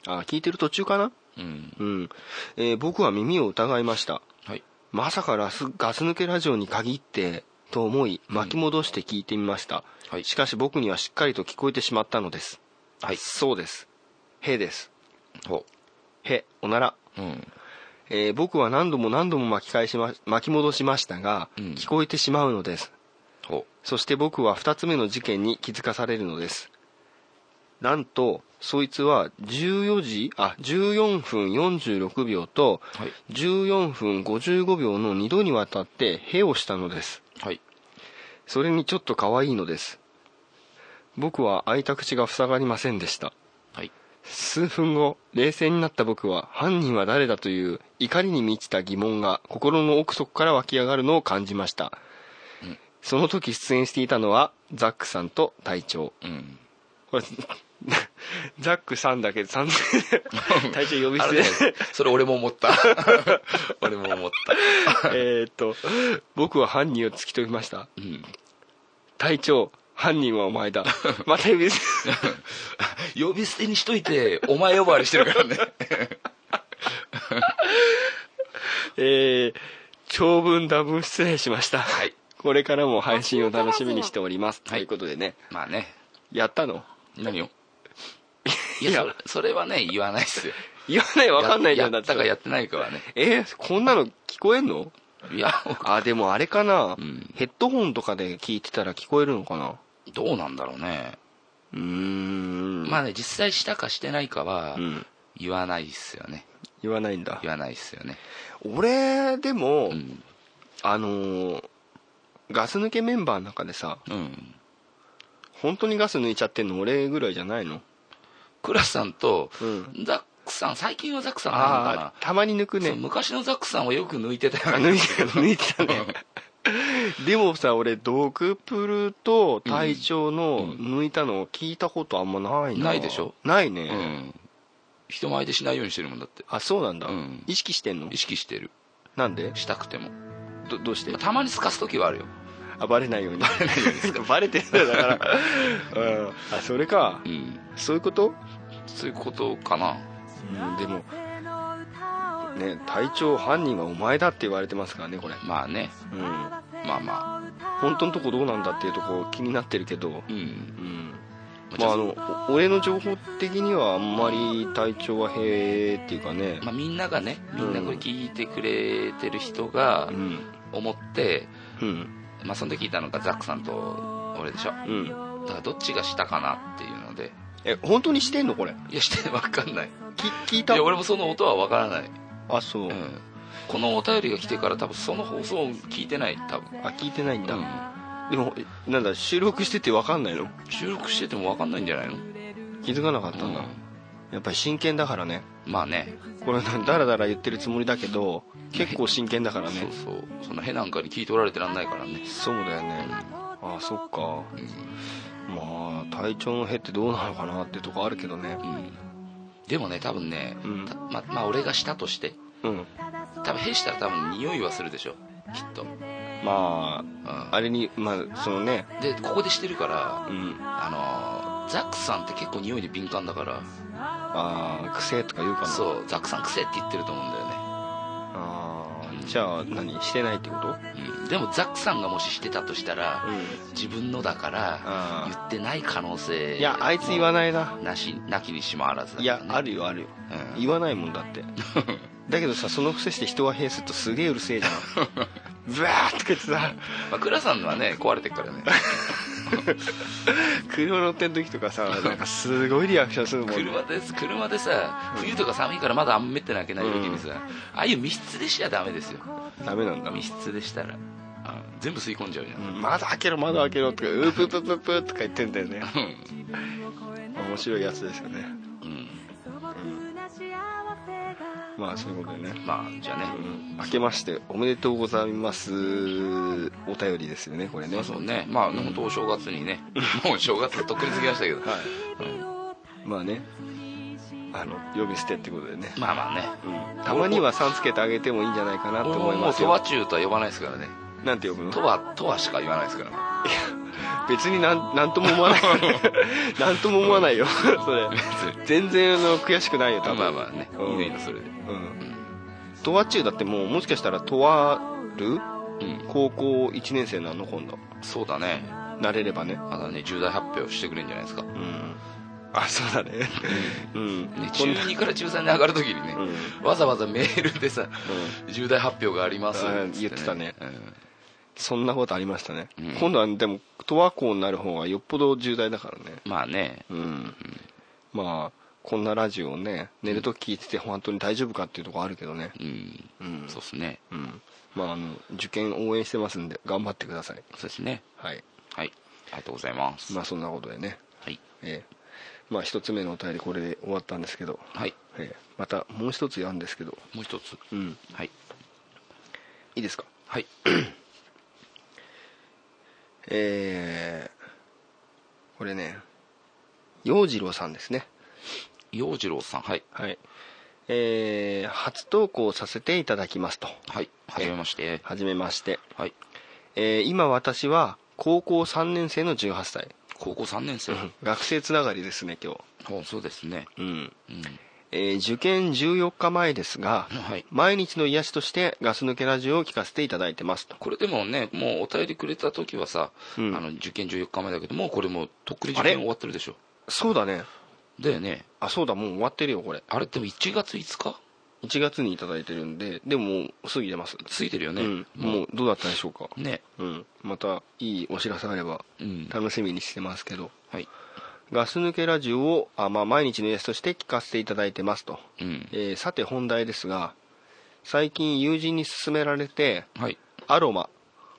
Speaker 3: あ聞いてる途中かな
Speaker 4: うん
Speaker 3: うん、えー僕は耳を疑いました
Speaker 4: はい
Speaker 3: まさかラスガス抜けラジオに限ってと思い巻き戻して聞いてみました、
Speaker 4: はい
Speaker 3: しかし僕にはしっかりと聞こえてしまったのです
Speaker 4: はい
Speaker 3: そうですへです
Speaker 4: ほ
Speaker 3: へおなら
Speaker 4: ううん
Speaker 3: えー僕は何度も何度も巻き返しま巻き戻しましたが、
Speaker 4: うん
Speaker 3: 聞こえてしまうのです
Speaker 4: ほ
Speaker 3: そして僕は2つ目の事件に気づかされるのですなんとそいつは14時あ14分46秒と
Speaker 4: はい
Speaker 3: 14分55秒の2度にわたって「へ」をしたのです
Speaker 4: うはい
Speaker 3: それにちょっと可愛いのです僕は開いた口が塞がりませんでした
Speaker 4: はい
Speaker 3: 数分後冷静になった僕は犯人は誰だという怒りに満ちた疑問が心の奥底から湧き上がるのを感じました、
Speaker 4: うん
Speaker 3: その時出演していたのはザックさんと隊長
Speaker 4: うん
Speaker 3: これザックさんだけさん隊長呼び
Speaker 4: あ
Speaker 3: 捨
Speaker 4: れ
Speaker 3: て
Speaker 4: ねそれ俺も 思った俺も思った
Speaker 3: えーっと僕は犯人を突き止めました
Speaker 4: うん
Speaker 3: 隊長犯人はお前だまた呼び捨 て
Speaker 4: 呼び捨てにしといてお前呼ばわりしてるからね
Speaker 3: えー長文多文失礼しました、
Speaker 4: はい
Speaker 3: これからも配信を楽しみにしております、
Speaker 4: はい
Speaker 3: ということでね
Speaker 4: まあね
Speaker 3: やったの
Speaker 4: 何を
Speaker 3: い
Speaker 4: いや
Speaker 3: や
Speaker 4: それそれはね言わないっす よ
Speaker 3: 言わないわかんないじゃん
Speaker 4: や
Speaker 3: だ
Speaker 4: ったかやってないかはね
Speaker 3: えーこんなの聞こえんの
Speaker 4: いや
Speaker 3: あでもあれかな、
Speaker 4: うん
Speaker 3: ヘッドホンとかで聞いてたら聞こえるのかな
Speaker 4: どうなんだろうね
Speaker 3: うーん
Speaker 4: まあね実際したかしてないかは
Speaker 3: うん
Speaker 4: 言わないっすよね
Speaker 3: 言わないんだ
Speaker 4: 言わないっすよね
Speaker 3: 俺でも、
Speaker 4: うん
Speaker 3: あのーガス抜けメンバーの中でさ
Speaker 4: うん
Speaker 3: 本当にガス抜いちゃってんの俺ぐらいじゃないの
Speaker 4: クラスさんと
Speaker 3: うん
Speaker 4: ザックさん最近のザックさんはな
Speaker 3: あ
Speaker 4: んか
Speaker 3: あーたまに抜く
Speaker 4: な、そう
Speaker 3: ね
Speaker 4: 昔のザックさんはよく抜いてた
Speaker 3: あ
Speaker 4: よ
Speaker 3: 抜
Speaker 4: ね
Speaker 3: いてた抜いてたね でもさ俺ドクプルと隊長の抜いたのを聞いたことあんまないな
Speaker 4: ないでしょ
Speaker 3: ないうね、
Speaker 4: ん人前でしないようにしてるもんだって
Speaker 3: あそうなんだ、
Speaker 4: うん
Speaker 3: 意識してんの
Speaker 4: 意識してる
Speaker 3: なんで
Speaker 4: したくても
Speaker 3: どどうして
Speaker 4: まあたまにすかす時はあるよ
Speaker 3: あバレないようにバレてるんだよだ から、うん、あそれか
Speaker 4: うん
Speaker 3: そういうこと、
Speaker 4: そういうことかな
Speaker 3: うん、でもね隊長犯人はお前だって言われてますからねこれ
Speaker 4: まあね
Speaker 3: うん
Speaker 4: まあま
Speaker 3: 本当のとこどうなんだっていうとこ気になってるけど
Speaker 4: あうん
Speaker 3: うん
Speaker 4: ま
Speaker 3: ま
Speaker 4: あ
Speaker 3: ああのお俺の情報的にはあんまり体調はへえっていうかね
Speaker 4: まあ、みんながねみんなこれ聞いてくれてる人が
Speaker 3: うん
Speaker 4: 思って、
Speaker 3: うん
Speaker 4: まあ、その時いたのがザックさんと俺でしょ
Speaker 3: うん
Speaker 4: だからどっちがしたかなっていうので
Speaker 3: え本当にしてんのこれ
Speaker 4: いやしてわかんない
Speaker 3: き聞い
Speaker 4: い
Speaker 3: た
Speaker 4: や俺もその音はわからない、
Speaker 3: あそう、
Speaker 4: うん、このお便りが来てから多分その放送を聞いてない多分
Speaker 3: あ聞いてないんだ、
Speaker 4: うん
Speaker 3: でもえなんだ収録してて分かんないの
Speaker 4: 収録しててもわかんないんじゃないの
Speaker 3: 気づかなかった
Speaker 4: うん
Speaker 3: んだ、やっぱり真剣だからね
Speaker 4: まあね
Speaker 3: これダラダラ言ってるつもりだけど結構真剣だから
Speaker 4: そ
Speaker 3: ね
Speaker 4: うそうそのへなんかに聞いておられてらんないからね
Speaker 3: そうだよねあそっかまあ体調のへってどうなのかなってとこあるけどね
Speaker 4: うんでもね多分ね、
Speaker 3: うん
Speaker 4: たままあ俺がしたとして
Speaker 3: うん
Speaker 4: 多分へしたら多分匂いはするでしょきっと、う
Speaker 3: ま
Speaker 4: ん
Speaker 3: ああれにまあそのね
Speaker 4: でここでしてるから、
Speaker 3: うん
Speaker 4: あのーザックさんって結構匂いに敏感だから、
Speaker 3: ああ癖とか言うかな
Speaker 4: そうザックさん癖って言ってると思うんだよ
Speaker 3: あーじゃあ何してないってこと
Speaker 4: ね、うん、でもザックさんがもししてたとしたら、
Speaker 3: う
Speaker 4: 自分のだから
Speaker 3: あー
Speaker 4: 言ってない可能性
Speaker 3: んいやあいつ言わないな
Speaker 4: なしなきにしもあらずだ
Speaker 3: い
Speaker 4: よ
Speaker 3: や
Speaker 4: ね、
Speaker 3: あるよあるよ
Speaker 4: うん
Speaker 3: 言わないもんだって だけどさその癖して人はへするとすげえうるせえじ ゃんブワーってってさ
Speaker 4: まあ、倉さんはね壊れてるからね
Speaker 3: 車乗ってん時とかさなんかすごいリアクションするもんね
Speaker 4: 車で車でさ冬とか寒いからまだ雨ってなきゃない時にさ、ああいう密室でしちゃダメですよ
Speaker 3: ダメなんだ
Speaker 4: 密室でしたら、うん全部吸い込んじゃうじゃん、
Speaker 3: うん窓開けろ窓開けろとかうーぷぷぷぷとか言ってんだよね
Speaker 4: うん
Speaker 3: 面白いやつですよね
Speaker 4: うん
Speaker 3: まあそういうことでね、
Speaker 4: まあじゃあね、
Speaker 3: うん、明けましておめでとうございますお便りですよねこれね
Speaker 4: まあそうねまあ本当お正月にねもう正月とっくに過ぎましたけど、
Speaker 3: はい
Speaker 4: うん
Speaker 3: まあねあの呼び捨てってことでね、
Speaker 4: まあまあね
Speaker 3: うん、たまには「さん」つけてあげてもいいんじゃないかな
Speaker 4: 俺
Speaker 3: と
Speaker 4: も
Speaker 3: 思い
Speaker 4: も
Speaker 3: ま
Speaker 4: う
Speaker 3: す
Speaker 4: と
Speaker 3: よ
Speaker 4: わちゅうとは呼ばないですからね
Speaker 3: なんて呼ぶの
Speaker 4: とわとわしか言わないですから
Speaker 3: 別になんなんとも 思わないなんとも思わないよそれ全然あの悔しくないよ多分
Speaker 4: まあまあね
Speaker 3: うん
Speaker 4: いいのいいのそれで
Speaker 3: うんとわっちゅうだってもうもしかしたらとある
Speaker 4: うん
Speaker 3: 高校1年生なの今度
Speaker 4: そうだね
Speaker 3: なれればね
Speaker 4: まだね重大発表してくれるんじゃないですか、ね、
Speaker 3: うんあそうだねうんこ
Speaker 4: 中
Speaker 3: んな
Speaker 4: 2から中3に上がるときにね、
Speaker 3: う
Speaker 4: わざわざメールでさ、重大発表があります
Speaker 3: うん
Speaker 4: つ
Speaker 3: 言ってたね
Speaker 4: うん
Speaker 3: そんなことありましたね、
Speaker 4: うん
Speaker 3: 今度はでもとわ校になる方がよっぽど重大だからね
Speaker 4: まあね
Speaker 3: うん、まあこんなラジオをね寝るとき聞いてて本当に大丈夫かっていうところあるけどね
Speaker 4: うん、
Speaker 3: うん
Speaker 4: そうっすね
Speaker 3: うんまああの受験応援してますんで頑張ってください
Speaker 4: そうですね
Speaker 3: はい
Speaker 4: はいありがとうございます、
Speaker 3: まあそんなことでね
Speaker 4: はい
Speaker 3: ええまあ一つ目のお便りこれで終わったんですけど、
Speaker 4: はい
Speaker 3: ええまたもう一つやんですけど
Speaker 4: もう一つ
Speaker 3: うん
Speaker 4: はい
Speaker 3: いいですか
Speaker 4: はい
Speaker 3: えー、これね洋次郎さんですね
Speaker 4: 洋次郎さんはい
Speaker 3: はいえー、初投稿させていただきますと
Speaker 4: はいはじめまして
Speaker 3: はじめまして、
Speaker 4: はい
Speaker 3: えー今私は高校3年生の18歳
Speaker 4: 高校3年生
Speaker 3: 学生つながりですね今
Speaker 4: おそうですね
Speaker 3: 日うん、
Speaker 4: うん
Speaker 3: えー受験14日前ですが、
Speaker 4: はい
Speaker 3: 毎日の癒しとしてガス抜けラジオを聞かせていただいてますと
Speaker 4: これでもねもうお便りくれた時はさ、
Speaker 3: うん
Speaker 4: あの受験14日前だけどもうこれもうとっくに受
Speaker 3: あれ
Speaker 4: 験終わってるでしょ
Speaker 3: そうだね
Speaker 4: だよね
Speaker 3: あそうだもう終わってるよこれ
Speaker 4: あれでも1月5日
Speaker 3: 1月にいただいてるんででももう過ぎてます
Speaker 4: ついてるよね、
Speaker 3: うん、もうどうだったでしょうか、
Speaker 4: うね
Speaker 3: うん、またいいお知らせあれば
Speaker 4: うん
Speaker 3: 楽しみにしてますけど、
Speaker 4: はい
Speaker 3: ガス抜けラジオをあ、まあ、毎日のやつとして聞かせていただいてますと、
Speaker 4: うん
Speaker 3: えーさて本題ですが最近友人に勧められて
Speaker 4: はい
Speaker 3: アロマ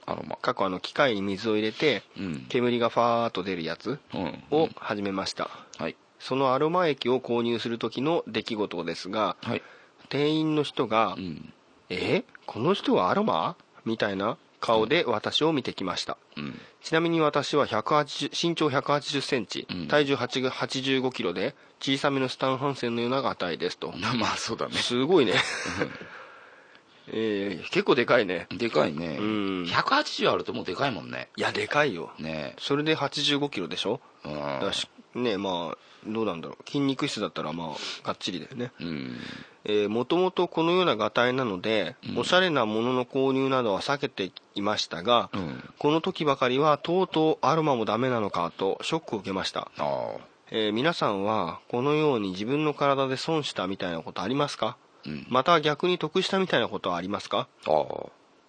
Speaker 4: アロマ
Speaker 3: 過去あの機械に水を入れて
Speaker 4: うん
Speaker 3: 煙がファーっと出るやつ
Speaker 4: うん
Speaker 3: を始めました、
Speaker 4: はい
Speaker 3: そのアロマ液を購入する時の出来事ですが
Speaker 4: はい
Speaker 3: 店員の人が
Speaker 4: うん
Speaker 3: 「えこの人はアロマ?」みたいな顔で私を見てきました、
Speaker 4: うん
Speaker 3: ちなみに私は180身長1 8 0センチ、
Speaker 4: うん
Speaker 3: 体重8 5キロで小さめのスタンハンセンのような値ですと、
Speaker 4: なまあそうだね
Speaker 3: すごいね えー結構でかいね
Speaker 4: でかいね、
Speaker 3: うん
Speaker 4: 180あるともうでかいもんね
Speaker 3: いやでかいよ
Speaker 4: ね
Speaker 3: それで8 5キロでしょ
Speaker 4: え
Speaker 3: だしねまあどうなんだろう筋肉質だったらまあがっちりだよね
Speaker 4: うん
Speaker 3: えーもともとこのようながたいなので、おしゃれなものの購入などは避けていましたが、
Speaker 4: うん
Speaker 3: この時ばかりはとうとうアロマもダメなのかとショックを受けました、
Speaker 4: ああ
Speaker 3: えー皆さんはこのように自分の体で損したみたいなことありますか、
Speaker 4: うん
Speaker 3: また逆に得したみたいなことはありますか
Speaker 4: ああ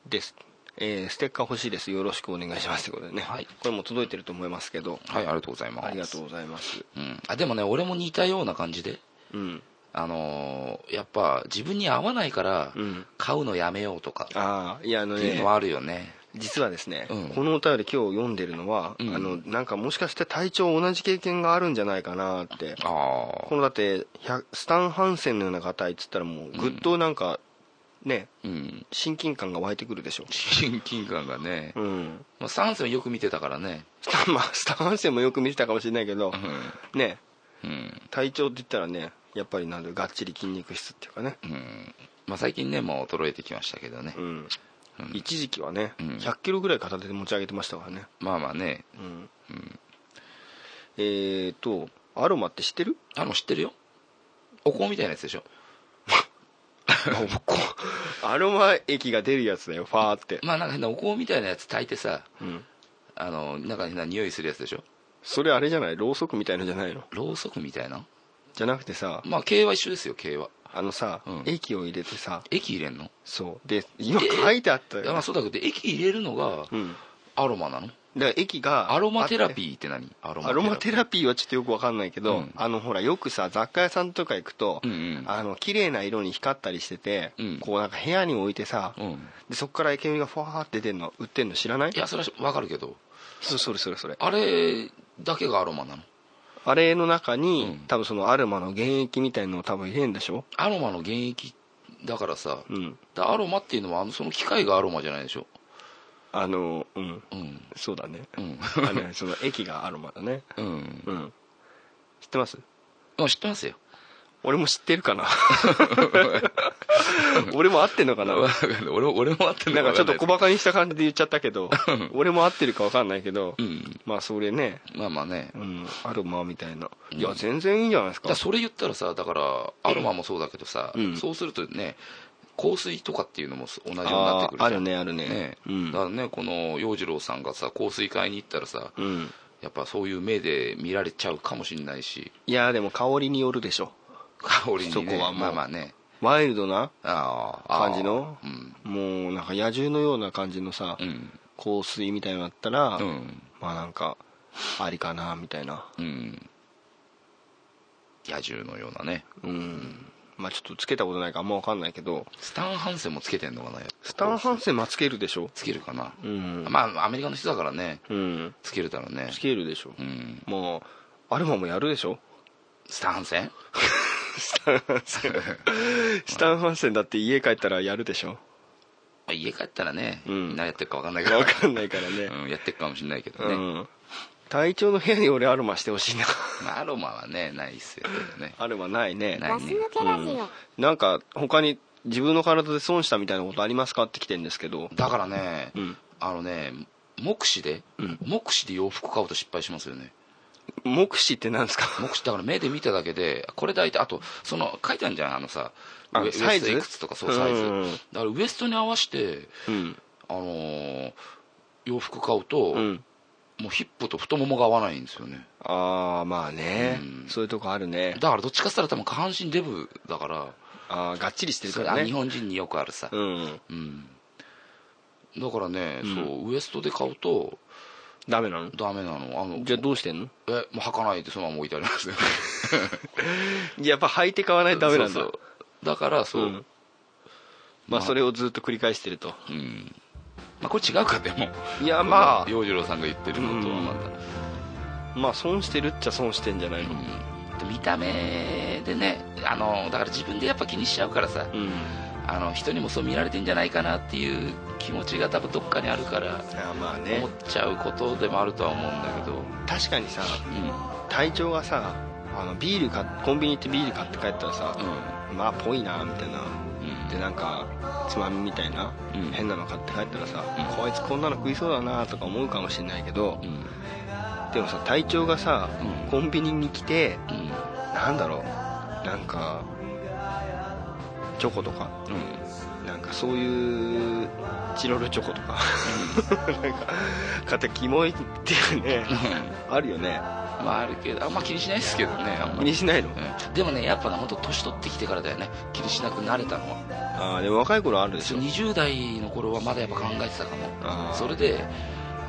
Speaker 3: です、えーステッカー欲しいですよろしくお願いしますということでね、
Speaker 4: はい
Speaker 3: これも届いてると思いますけど
Speaker 4: はいありがとうございます
Speaker 3: ありがとうございます
Speaker 4: うん、あでもね俺も似たような感じで
Speaker 3: うん
Speaker 4: あのーやっぱ自分に合わないから
Speaker 3: うん
Speaker 4: 買うのやめようとか
Speaker 3: ああいやあの
Speaker 4: っ
Speaker 3: ね
Speaker 4: ていうのはあるよね
Speaker 3: 実はですね、
Speaker 4: うん
Speaker 3: このお便り今日読んでるのは、
Speaker 4: うん
Speaker 3: あのなんかもしかして体調同じ経験があるんじゃないかなって
Speaker 4: ああ
Speaker 3: このだって100スタン・ハンセンのような方っつったらもうぐっとなんか、ね
Speaker 4: うん
Speaker 3: 親近感が湧いてくるでしょ
Speaker 4: 親近感がね、
Speaker 3: うん
Speaker 4: まあ、スタンスもよく見てたからね
Speaker 3: まあスタン・ ハンセンもよく見てたかもしれないけど、ね
Speaker 4: うんうん、
Speaker 3: 体調って言ったらねやっぱりなんでがっちり筋肉質っていうかね、
Speaker 4: うんまあ、最近ねもう衰えてきましたけどね、
Speaker 3: うん
Speaker 4: うん
Speaker 3: 一時期はね、
Speaker 4: うん
Speaker 3: 1 0 0キロぐらい片手で持ち上げてましたからね
Speaker 4: まあまあね
Speaker 3: うん、えーとアロマって知ってる
Speaker 4: あの知ってるよお香みたいなやつ でしょ
Speaker 3: アロマ液が出るやつだよファーって、
Speaker 4: まあなんか変なお香みたいなやつ炊いてさ
Speaker 3: うん、
Speaker 4: あのなんか変な匂いするやつでしょ
Speaker 3: それあれじゃないろうそくみたいのじゃないの
Speaker 4: ろうそくみたいな
Speaker 3: じゃなくてさ
Speaker 4: まあ系は一緒ですよ系は
Speaker 3: あのさ、
Speaker 4: うん
Speaker 3: 液を入れてさ
Speaker 4: 液入れんの
Speaker 3: そうで今書いてあった
Speaker 4: いやま
Speaker 3: よ、
Speaker 4: あそうだけど液入れるのが
Speaker 3: うん、だか
Speaker 4: アロマなの
Speaker 3: ら液が
Speaker 4: アロマテラ
Speaker 3: ー
Speaker 4: ピーって何アロ
Speaker 3: アロマテラピーはちょっとよくわかんないけど、
Speaker 4: うん
Speaker 3: あのほらよくさ雑貨屋さんとか行くと、
Speaker 4: うんうん
Speaker 3: あの綺麗な色に光ったりしてて、
Speaker 4: うん
Speaker 3: こうなんか部屋に置いてさ、
Speaker 4: うん
Speaker 3: でそこから煙がファーって出てんの売ってんの知らない
Speaker 4: いやそれはわかるけど
Speaker 3: そそれそれそれ
Speaker 4: あれだけがアロマなの
Speaker 3: あれの中に、
Speaker 4: うん
Speaker 3: 多分そのアルマの原液みたいのを多分入れんでしょ
Speaker 4: アロマの原液だからさ、
Speaker 3: うん
Speaker 4: だアロマっていうのはあのその機械がアロマじゃないでしょ
Speaker 3: あのうん
Speaker 4: うん
Speaker 3: そうだね
Speaker 4: うん
Speaker 3: あのその液がアロマだ ね
Speaker 4: うん
Speaker 3: うん知ってます
Speaker 4: まあ知ってます よ
Speaker 3: 俺も知ってるかな俺も合ってんのかな
Speaker 4: 俺も俺もあって
Speaker 3: なんかちょっと小
Speaker 4: ば
Speaker 3: バカにした感じで言っちゃったけど俺も合ってるか分かんないけど、
Speaker 4: うん
Speaker 3: まあそれね、
Speaker 4: まあまあね
Speaker 3: うん、アロマみたいな、
Speaker 4: ん
Speaker 3: いや全然いいんじゃないです
Speaker 4: だ
Speaker 3: か
Speaker 4: からそれ言ったらさだからアロマもそうだけどさ、
Speaker 3: うん
Speaker 4: そうするとね香水とかっていうのも同じようになって
Speaker 3: あ
Speaker 4: くるじ
Speaker 3: ー
Speaker 4: ゃん
Speaker 3: あるねあるね
Speaker 4: ね
Speaker 3: うん
Speaker 4: だからねこの洋次郎さんがさ香水買いに行ったらさ
Speaker 3: うん、
Speaker 4: やっぱそういう目で見られちゃうかもしれないし
Speaker 3: いやでも香りによるでしょ
Speaker 4: 香りに、ね、
Speaker 3: そこはもう
Speaker 4: まあまあね
Speaker 3: ワイルドな
Speaker 4: あーあー
Speaker 3: 感じの
Speaker 4: うん
Speaker 3: もうなんか野獣のような感じのさ、
Speaker 4: うん
Speaker 3: 香水みたいなのあったら、
Speaker 4: うん
Speaker 3: まあなんかありかなみたいな
Speaker 4: うん野獣のようなね
Speaker 3: うんまあちょっとつけたことないからあんま分かんないけど
Speaker 4: スタン・ハンセンもつけてんのかな
Speaker 3: スタン・ハンセンはつけるでしょ
Speaker 4: つけるかな、
Speaker 3: うん
Speaker 4: まあアメリカの人だからね
Speaker 3: うん
Speaker 4: つけるだろうね
Speaker 3: つけるでしょ
Speaker 4: うん
Speaker 3: もうアルマもやるでしょ
Speaker 4: スタンハンセン
Speaker 3: スタンハンセンスタンハンセンだって家帰ったらやるでしょ
Speaker 4: まあ家帰ったらね、
Speaker 3: うん
Speaker 4: 何やってるか分かんないから
Speaker 3: 分かんないからね
Speaker 4: うん、やってるかもしれないけど
Speaker 3: う
Speaker 4: ね、
Speaker 3: ん隊長の部屋に俺アロマしてほしいな
Speaker 4: まあアロマはねないっすよね
Speaker 3: アロマないね
Speaker 4: ないね
Speaker 3: なんか他に自分の体で損したみたいなことありますかって来てんですけど
Speaker 4: だからね、
Speaker 3: うん
Speaker 4: あのね目視で、
Speaker 3: うん
Speaker 4: 目視で洋服買うと失敗しますよね
Speaker 3: 目視ってなんですか
Speaker 4: 目視だから目で見ただけでこれ大体あとその書いてあるじゃんあのさ
Speaker 3: あ
Speaker 4: ウエウエ
Speaker 3: サイ
Speaker 4: ス
Speaker 3: ズ
Speaker 4: トいくつとかそうサイズ
Speaker 3: うんうん
Speaker 4: だからウエストに合わせて
Speaker 3: うん
Speaker 4: あのー洋服買うと、
Speaker 3: うん
Speaker 4: もうヒップと太ももが合わないんですよね
Speaker 3: ああまあね、
Speaker 4: うん
Speaker 3: そういうとこあるね
Speaker 4: だからどっちかっつったら多分下半身デブだから
Speaker 3: ああがっちりしてる
Speaker 4: そ
Speaker 3: か
Speaker 4: れ
Speaker 3: ら
Speaker 4: あ
Speaker 3: ね
Speaker 4: 日本人によくあるさ、
Speaker 3: うん
Speaker 4: うんだからね、
Speaker 3: うん
Speaker 4: そうウエストで買うと
Speaker 3: ダメなの
Speaker 4: ダメなのあの
Speaker 3: じゃあどうしてんの
Speaker 4: えもう履かないでそのまま置いてありますね
Speaker 3: やっぱ履いて買わないと ダメなんだ
Speaker 4: そうそうだからそう、
Speaker 3: うんまあそれをずっと繰り返してると
Speaker 4: うんまあ、これ違うかでも
Speaker 3: いやま
Speaker 4: 洋次郎さんが言ってるのとはまだ、
Speaker 3: あまあ損してるっちゃ損してんじゃないの
Speaker 4: うん見た目でねあのだから自分でやっぱ気にしちゃうからさ
Speaker 3: うん
Speaker 4: あの人にもそう見られてんじゃないかなっていう気持ちが多分どっかにあるから
Speaker 3: あまあ
Speaker 4: 思
Speaker 3: ね
Speaker 4: っちゃうことでもあるとは思うん
Speaker 3: 確かにさ
Speaker 4: だ
Speaker 3: 体調がさあのビールかコンビニ行ってビール買って帰ったらさ
Speaker 4: けど、うん
Speaker 3: まあぽいなみたいな
Speaker 4: うん
Speaker 3: でなんかつまみみたいな
Speaker 4: うん
Speaker 3: 変なの買って帰ったらさ
Speaker 4: うん
Speaker 3: こいつこんなの食いそうだなとか思うかもしれないけど
Speaker 4: うんうん
Speaker 3: でもさ体調がさ
Speaker 4: う
Speaker 3: コ
Speaker 4: ん
Speaker 3: ンビニに来て
Speaker 4: うん
Speaker 3: なんだろうなんかチョコとかなんかそういうチロルチョコとか なんか買ってキモいっていうねあるよね
Speaker 4: まああるけどあんま気にしないですけどねあんま
Speaker 3: 気に
Speaker 4: り、
Speaker 3: しないの
Speaker 4: うん、でもねやっぱね本当年取ってきてからだよね気にしなくなれたのは
Speaker 3: ああでも若い頃あるでし
Speaker 4: そう
Speaker 3: ょ
Speaker 4: 20代の頃はまだやっぱ考えてたか
Speaker 3: あー
Speaker 4: もそれで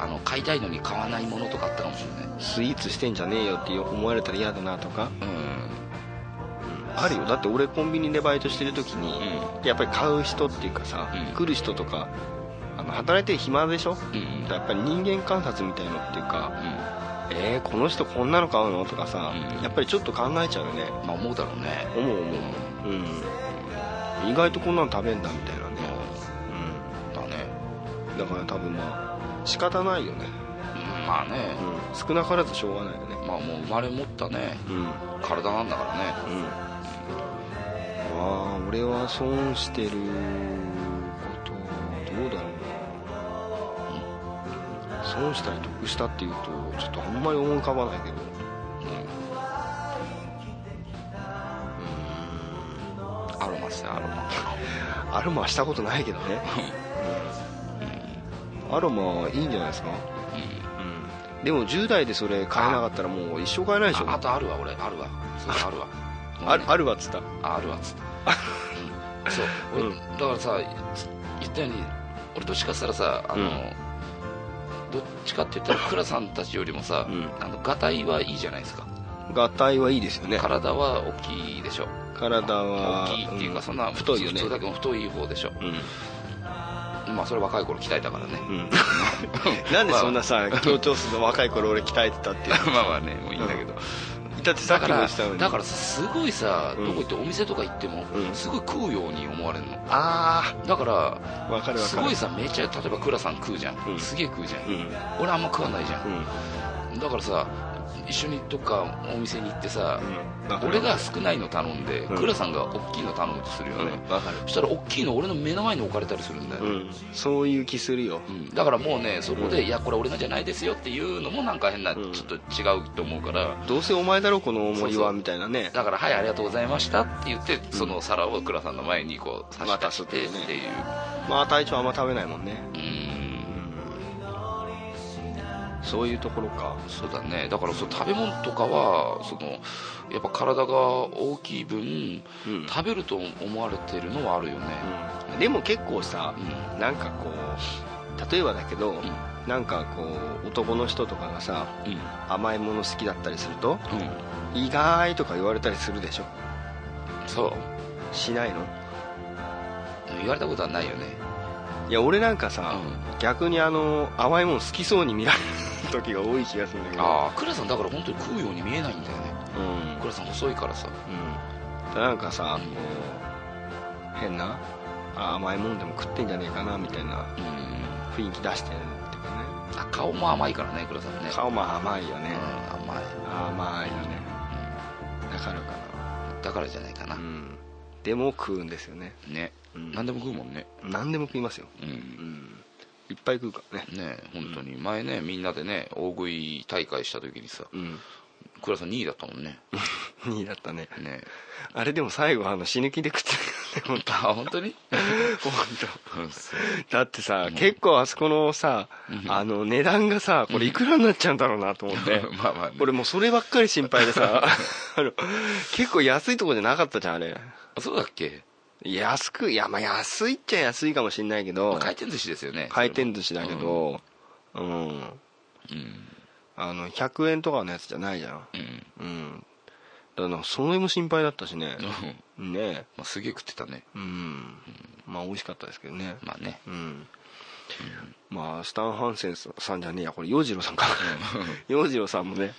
Speaker 4: あの買いたいのに買わないものとかあったかもしれない
Speaker 3: スイーツしてんじゃねえよって思われたら嫌だなとか
Speaker 4: うん
Speaker 3: あるよだって俺コンビニでバイトしてる時にやっぱり買う人っていうかさ、
Speaker 4: うん
Speaker 3: 来る人とかあの働いてる暇でしょ
Speaker 4: うんうん
Speaker 3: やっぱり人間観察みたいのっていうかえー、この人こんなの買うのとかさ、
Speaker 4: うん
Speaker 3: やっぱりちょっと考えちゃうよね
Speaker 4: まあ思うだろうね
Speaker 3: 思う思ううん意外とこんなの食べんだみたいなね
Speaker 4: だね
Speaker 3: うんだから多分まあ仕方ないよね、
Speaker 4: うんまあね
Speaker 3: うん、少なからずしょうがないよね
Speaker 4: まあもう生まれ持ったね
Speaker 3: うんうん
Speaker 4: 体なんだからね
Speaker 3: ああ俺は損してることどうだろうな損したり得したっていうとちょっとあんまり思い浮かばないけど
Speaker 4: アロマしてアロマ
Speaker 3: アロマはしたことないけどね、うんアロマいいんじゃないですか、うんでも10代でそれ買えなかったらもう一生買えないでしょ
Speaker 4: ああとあるわ俺あるわそうあるわ
Speaker 3: あるあるわっつった
Speaker 4: あるわっ つってうんそう俺、
Speaker 3: うん
Speaker 4: だからさ言ったように俺どっちかっつったらさあの、
Speaker 3: うん
Speaker 4: どっちかって言ったら倉さんたちよりもさ、
Speaker 3: うん
Speaker 4: あのガタイはいいじゃないですか
Speaker 3: 合体はいいですよね
Speaker 4: 体は大きいでしょ
Speaker 3: 体は
Speaker 4: 大きいっていうか、
Speaker 3: ん
Speaker 4: そんな
Speaker 3: 太いよね
Speaker 4: 普通だけど太い方でしょ
Speaker 3: うん
Speaker 4: まあそれ若い頃鍛えたからね
Speaker 3: うん なんでそんなさ強調するの若い頃俺鍛えてたっていう
Speaker 4: まあまあねもういいんだけど、
Speaker 3: だってさ
Speaker 4: だ
Speaker 3: っ
Speaker 4: か
Speaker 3: きも言
Speaker 4: ら
Speaker 3: ってたのに
Speaker 4: だからさすごいさ、
Speaker 3: うん
Speaker 4: どこ行ってお店とか行っても、
Speaker 3: うん
Speaker 4: すごい食うように思われるの
Speaker 3: あ
Speaker 4: だから
Speaker 3: あわかるわ
Speaker 4: す
Speaker 3: か
Speaker 4: ご
Speaker 3: る
Speaker 4: いさめちゃ例えば倉さん食うじゃん、
Speaker 3: うん
Speaker 4: すげえ食うじゃん、
Speaker 3: うん
Speaker 4: 俺あんま食わないじゃん、
Speaker 3: うん
Speaker 4: だからさ一緒にどっかお店に行ってさ、
Speaker 3: うんわかる
Speaker 4: 俺が少ないの頼んで、
Speaker 3: うん
Speaker 4: 倉さんが大きいの頼むとするよね、
Speaker 3: うんわかる
Speaker 4: そしたら大きいの俺の目の前に置かれたりするんだよ、
Speaker 3: うんそういう気するよ
Speaker 4: うんだからもうねそこで、いやこれ俺のじゃないですよっていうのもなんか変
Speaker 3: う
Speaker 4: な、
Speaker 3: ん
Speaker 4: ちょっと違うと思うから
Speaker 3: どうせお前だろこの思い
Speaker 4: そうそ
Speaker 3: は
Speaker 4: う
Speaker 3: みたいなね
Speaker 4: だから「はいありがとうございました」って言って、その皿を倉さんの前にこう差し出してっ
Speaker 3: 渡すってて
Speaker 4: いう
Speaker 3: まあ体調あんま食べないもんね
Speaker 4: うん
Speaker 3: そういうところか
Speaker 4: そうだねだからそう食べ物とかはそのやっぱ体が大きい
Speaker 3: う
Speaker 4: 分、
Speaker 3: ん
Speaker 4: 食べると思われてるのはあるよね、
Speaker 3: うんでも結構さ
Speaker 4: うん
Speaker 3: なんかこう例えばだけどなんかこう男の人とかがさ
Speaker 4: うん
Speaker 3: 甘いもの好きだったりすると
Speaker 4: う
Speaker 3: 「
Speaker 4: ん
Speaker 3: 意外」とか言われたりするでしょ
Speaker 4: そう
Speaker 3: しないの
Speaker 4: 言われたことはないよね
Speaker 3: いや俺なんか
Speaker 4: う
Speaker 3: さ
Speaker 4: ん
Speaker 3: 逆にあの甘いもの好きそうに見られる時が多い気がするんだけど
Speaker 4: ああ倉さんだから本当に食うように見えないんだよね
Speaker 3: うん
Speaker 4: 倉さん細いからさ
Speaker 3: うん、なんかさこう変なあ甘いもんでも食ってんじゃねえかなみたいな
Speaker 4: うん
Speaker 3: 雰囲気出してるっていうか
Speaker 4: あ顔も甘いからね倉さんね
Speaker 3: ね顔も甘いよ
Speaker 4: う
Speaker 3: ね
Speaker 4: ん、甘い
Speaker 3: 甘いよねだからか
Speaker 4: だからじゃないか
Speaker 3: な、
Speaker 4: な
Speaker 3: うん、でも食うんですよね
Speaker 4: ね、
Speaker 3: うん
Speaker 4: 何でも食うもんね
Speaker 3: 何でも食いますよ、う
Speaker 4: う
Speaker 3: んん、いっぱい食うからね
Speaker 4: ね本当に前ねみんなでね大食い大会した時にさ
Speaker 3: うん
Speaker 4: 倉さん2位だったもんね
Speaker 3: 2位だったね
Speaker 4: ね
Speaker 3: あれでも最後あの死ぬ気で食ってたからね
Speaker 4: あ本当に
Speaker 3: 本当
Speaker 4: うんそう
Speaker 3: だってさ、結構あそこのさ、あの値段がさこれいくらになっちゃうんだろうなと思って、
Speaker 4: まあまあね
Speaker 3: 俺もうそればっかり心配でさ あの結構安いとこじゃなかったじゃんあれ
Speaker 4: そうだっけ
Speaker 3: 安くいやまあ安いっちゃ安いかもしんないけど
Speaker 4: 回転寿司ですよね
Speaker 3: 回転寿司だけどうん、
Speaker 4: うん
Speaker 3: あの100円とかのやつじゃないじゃんう
Speaker 4: うん
Speaker 3: んだからなんかそれも心配だったしね
Speaker 4: う、ん
Speaker 3: ね
Speaker 4: まあすげえ食ってたね
Speaker 3: うんまあ美味しかったですけどね
Speaker 4: まあね
Speaker 3: うんまあスタン・ハンセンさんじゃねえやこれ洋次郎さんか洋次郎さんもね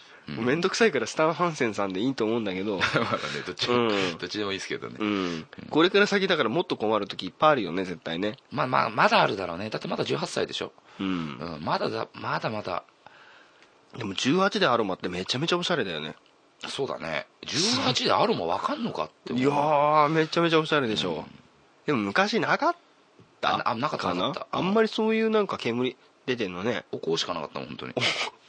Speaker 3: 面倒くさいからスタン・ハンセンさんでいいと思うんだけ ど
Speaker 4: まあねどっちも
Speaker 3: うん
Speaker 4: どっちでもいいですけどね
Speaker 3: うんこれから先だからもっと困る時いっぱいあるよね絶対ね
Speaker 4: まあまあまだあるだろうねだってまだ18歳でしょ
Speaker 3: うん
Speaker 4: うんまだだまだまだ
Speaker 3: でも18でアロマってめちゃめちゃおしゃれだよね
Speaker 4: そうだね18でアロマわかんのかって
Speaker 3: い
Speaker 4: 思う
Speaker 3: やーめちゃめちゃおしゃれでしょ、でも昔なかっ
Speaker 4: あ
Speaker 3: た
Speaker 4: なあなかったなかった
Speaker 3: あんまりそういうなんか煙出てんの ね
Speaker 4: お香しかなかったもん本当に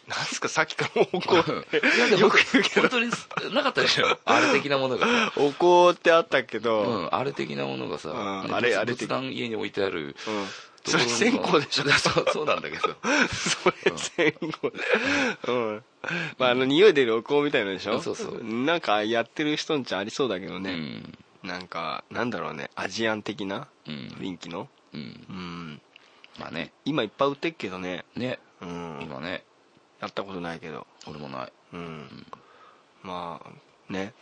Speaker 3: なんすかさっきからお香
Speaker 4: いやで
Speaker 3: って
Speaker 4: も
Speaker 3: よく言うけ
Speaker 4: 本
Speaker 3: ど
Speaker 4: 当にすなかったでしょあれ的なものがさ
Speaker 3: お香ってあったけど、
Speaker 4: う
Speaker 3: うん
Speaker 4: んあれ的なものがさ
Speaker 3: うんあれあれ的
Speaker 4: 仏壇家に置いてある
Speaker 3: それ線香でしょ
Speaker 4: ょ そうそうなんだけ ど
Speaker 3: それ前後うんまああの匂い出るお香みたいのでしょ
Speaker 4: そうそう
Speaker 3: なんかやってる人んちありそうだけど
Speaker 4: う
Speaker 3: ね、
Speaker 4: ん
Speaker 3: なんかなんだろうねアジアン的な
Speaker 4: うん
Speaker 3: 雰囲気の
Speaker 4: うん
Speaker 3: うん
Speaker 4: まあね
Speaker 3: 今いっぱい売ってっけどね
Speaker 4: ね
Speaker 3: うん
Speaker 4: 今ね
Speaker 3: やったことないけど
Speaker 4: 俺もない
Speaker 3: うんまあね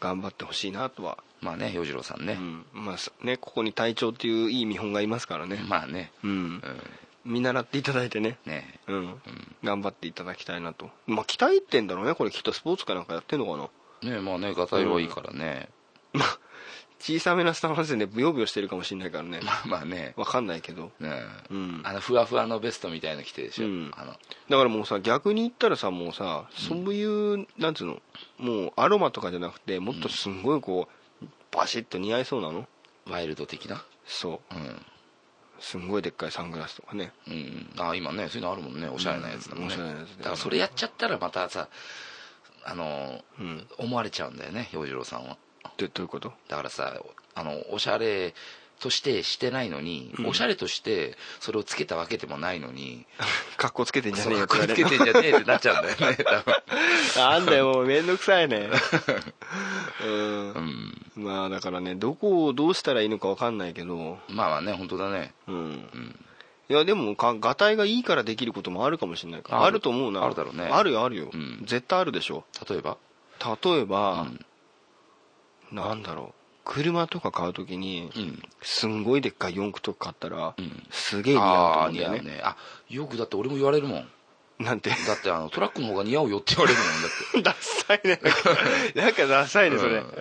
Speaker 3: 頑張ってほしいなとは、
Speaker 4: まあね洋次郎さん
Speaker 3: う
Speaker 4: ね
Speaker 3: んまあすね、ここに隊長っていういい見本がいますからね、
Speaker 4: まあね
Speaker 3: うん
Speaker 4: う、ん
Speaker 3: 見習っていただいてね、
Speaker 4: ね
Speaker 3: うん頑張っていただきたいなと、まあ、鍛えてんだろうね、これ、きっとスポーツかなんかやってんのかな、
Speaker 4: ねまあねガタイはいいからね
Speaker 3: まあ小さめなスタンスでブヨブヨしてるかもしれないからね、
Speaker 4: まあまあね
Speaker 3: わかんないけど、
Speaker 4: ね
Speaker 3: うん
Speaker 4: あのふわふわのベストみたいなの着てでしょ
Speaker 3: うん
Speaker 4: あの
Speaker 3: だからもうさ、逆に言ったらさ、もうさ、そういう、なんつうの、もうアロマとかじゃなくて、もっとすんごいこう、バシッと似合いそうなの、
Speaker 4: ワイルド的な
Speaker 3: そう。
Speaker 4: うん
Speaker 3: すんごいでっかいサングラスとかね
Speaker 4: うん、あ今ねそういうのあるもんねおしゃれなやつだもんね、
Speaker 3: うんおしゃれなやつで
Speaker 4: だからそれやっちゃったらまたさあのー、
Speaker 3: うん
Speaker 4: 思われちゃうんだよね洋次郎さんは
Speaker 3: でどういうこと
Speaker 4: だからさあのおしゃれとしてしてないのに、おしゃれとしてそれをつけたわけでもないのに
Speaker 3: 格好つけてんじゃ
Speaker 4: そ
Speaker 3: ねえ
Speaker 4: う
Speaker 3: よ
Speaker 4: かっこつけてんじゃねえってなっちゃうんだよね多分
Speaker 3: なんだよもうめんどくさいねうん、
Speaker 4: ん
Speaker 3: まあだからねどこをどうしたらいいのかわかんないけど
Speaker 4: まあまあね本当だね
Speaker 3: うん、いやでもかがたいがいいからできることもあるかもしれないからあ
Speaker 4: ある
Speaker 3: ると思うな
Speaker 4: あるだろうね
Speaker 3: あるよあるよ、
Speaker 4: うん
Speaker 3: 絶対あるでしょ
Speaker 4: 例えば
Speaker 3: 例えば
Speaker 4: う、ん
Speaker 3: なんだろう車とか買うときに、
Speaker 4: うん
Speaker 3: すんごいでっかい四駆とか買ったら、
Speaker 4: うん
Speaker 3: すげえ似合うと思うんだよ
Speaker 4: あー
Speaker 3: ね
Speaker 4: 似合うねあよくだって俺も言われるもん
Speaker 3: なんて
Speaker 4: だってあのトラックの方が似合うよって言われるもんだ
Speaker 3: ダ
Speaker 4: って
Speaker 3: ッサいねなんかダサいねそれ、
Speaker 4: うん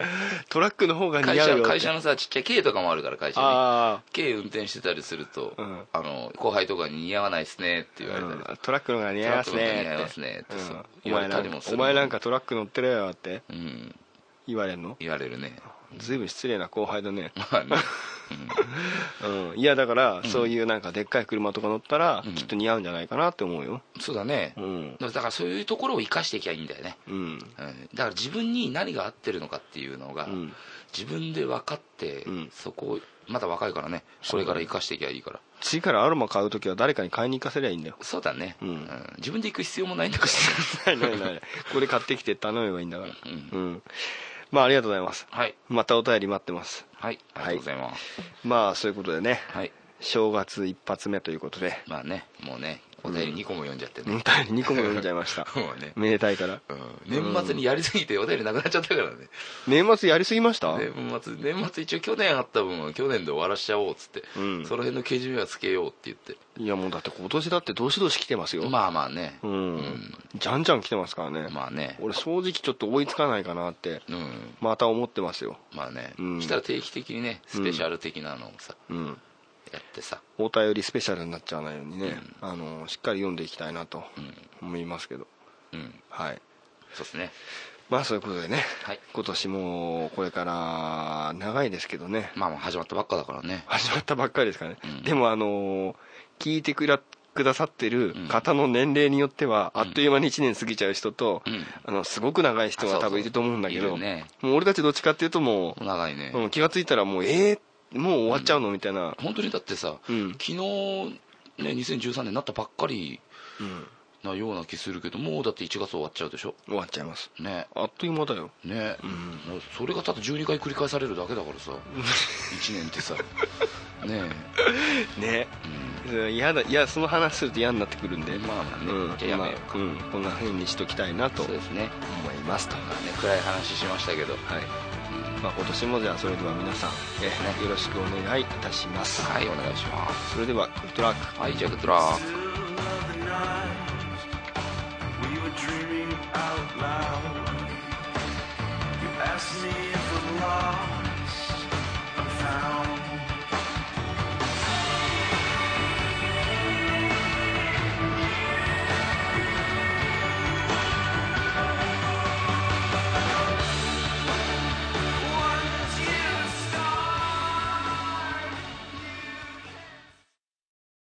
Speaker 3: トラックの方が似
Speaker 4: 会
Speaker 3: 合うよっ
Speaker 4: 社
Speaker 3: て
Speaker 4: 会社のさちっちゃい K とかもあるから会社に
Speaker 3: あ
Speaker 4: K 運転してたりすると、
Speaker 3: うん
Speaker 4: あの後輩とかに似合わないっすねって言わ
Speaker 3: あ、
Speaker 4: れたり、
Speaker 3: うんトラックの方が似合いますね
Speaker 4: トラックの方が似合い
Speaker 3: っ
Speaker 4: ますねって
Speaker 3: て
Speaker 4: そう
Speaker 3: うん
Speaker 4: 言われたりもする
Speaker 3: お前なんかトラック乗ってるよって
Speaker 4: うん、
Speaker 3: 言われるの
Speaker 4: 言われるね
Speaker 3: ずいぶん失礼な後輩だね、
Speaker 4: ま あね、
Speaker 3: うん、いやだから、そういうなんかでっかい車とか乗ったら、きっと似合うんじゃないかなって思うよ
Speaker 4: うんそうだね、
Speaker 3: うん
Speaker 4: だからそういうところを生かしていきゃいいんだよね、
Speaker 3: うん
Speaker 4: うん、だから自分に何が合ってるのかっていうのが、
Speaker 3: ん
Speaker 4: 自分で分かって、
Speaker 3: うん
Speaker 4: そこをまだ若いからねこれから生かしていきゃいいから
Speaker 3: 次からアロマ買う時は誰かに買いに行かせりゃいいんだよ
Speaker 4: そうだね、
Speaker 3: うん
Speaker 4: 自分で行く必要 もないんだから
Speaker 3: ないないない これ買ってきて頼めばいいんだから
Speaker 4: うん
Speaker 3: うん、まあありがとうございます
Speaker 4: はい
Speaker 3: またお便り待ってます
Speaker 4: はいありがとうございます
Speaker 3: まあそういうことでね
Speaker 4: はい、
Speaker 3: 正月一発目ということ で
Speaker 4: まあねもうねお便り2個も読んじゃって
Speaker 3: うん
Speaker 4: ね、
Speaker 3: 2個も読んじゃいま した
Speaker 4: もうね
Speaker 3: めでたいから
Speaker 4: うん、年末にやりすぎてお便りなくなっちゃったからね、
Speaker 3: 年末やりすぎました
Speaker 4: 年末年末一応去年あった分は去年で終わらしちゃおうっつって、
Speaker 3: うん
Speaker 4: その辺のけじめはつけようって言って
Speaker 3: いやもうだって今年だってどしどし来てますよ
Speaker 4: まあまあね
Speaker 3: うん、じゃんじゃん来てますからね、
Speaker 4: まあね
Speaker 3: 俺正直ちょっと追いつかないかなって
Speaker 4: うん
Speaker 3: また思ってますよ
Speaker 4: まあね、
Speaker 3: うん
Speaker 4: したら定期的にねスペシャル的なのをさ、
Speaker 3: うん
Speaker 4: やってさ
Speaker 3: お便りスペシャルになっちゃわないようにね、あのしっかり読んでいきたいなと思いますけど、
Speaker 4: うん
Speaker 3: はい
Speaker 4: そうですね
Speaker 3: まあそういうことでね、
Speaker 4: はい
Speaker 3: 今年もこれから長いですけどね
Speaker 4: まあまあ始まったばっかだからね
Speaker 3: 始まったばっかりですからね、
Speaker 4: うん
Speaker 3: でもあのー聞いてくらくださってる
Speaker 4: うん
Speaker 3: 方の年齢によっては、あっという間に1年過ぎちゃう人と、
Speaker 4: うん
Speaker 3: あのすごく長い人が
Speaker 4: あそうそ
Speaker 3: 多
Speaker 4: う
Speaker 3: 分いると思うんだけ
Speaker 4: い
Speaker 3: ど
Speaker 4: るね
Speaker 3: もう俺たちどっちかっていうともう、
Speaker 4: 長いね、
Speaker 3: うん気がついたらもうえー、もう終わっちゃうのみたいな、
Speaker 4: 本当にだってさ、
Speaker 3: うん
Speaker 4: 昨日ね2013年になったばっかり
Speaker 3: うん
Speaker 4: なような気するけどもうだって1月終わっちゃうでしょ
Speaker 3: 終わっちゃいます
Speaker 4: ね
Speaker 3: あっという間だよ
Speaker 4: ね、もうそれがただ12回繰り返されるだけだ からさ1年って さね
Speaker 3: ね嫌だいやその話すると嫌になってくるんで、
Speaker 4: え、まあまあね、
Speaker 3: うん、
Speaker 4: じゃあやめよう
Speaker 3: まあうんこんなふうにしときたいなと
Speaker 4: そう
Speaker 3: 思
Speaker 4: ですね
Speaker 3: いますと
Speaker 4: ね暗い話しましたけど
Speaker 3: はい、まあ、今年もじゃあそれでは皆さん、えーよろしくお願いいたします、
Speaker 4: はいお願いします
Speaker 3: それではグッドラック
Speaker 4: はいじゃあグッドラック
Speaker 5: We were dreaming out loud. You asked me if we're lost.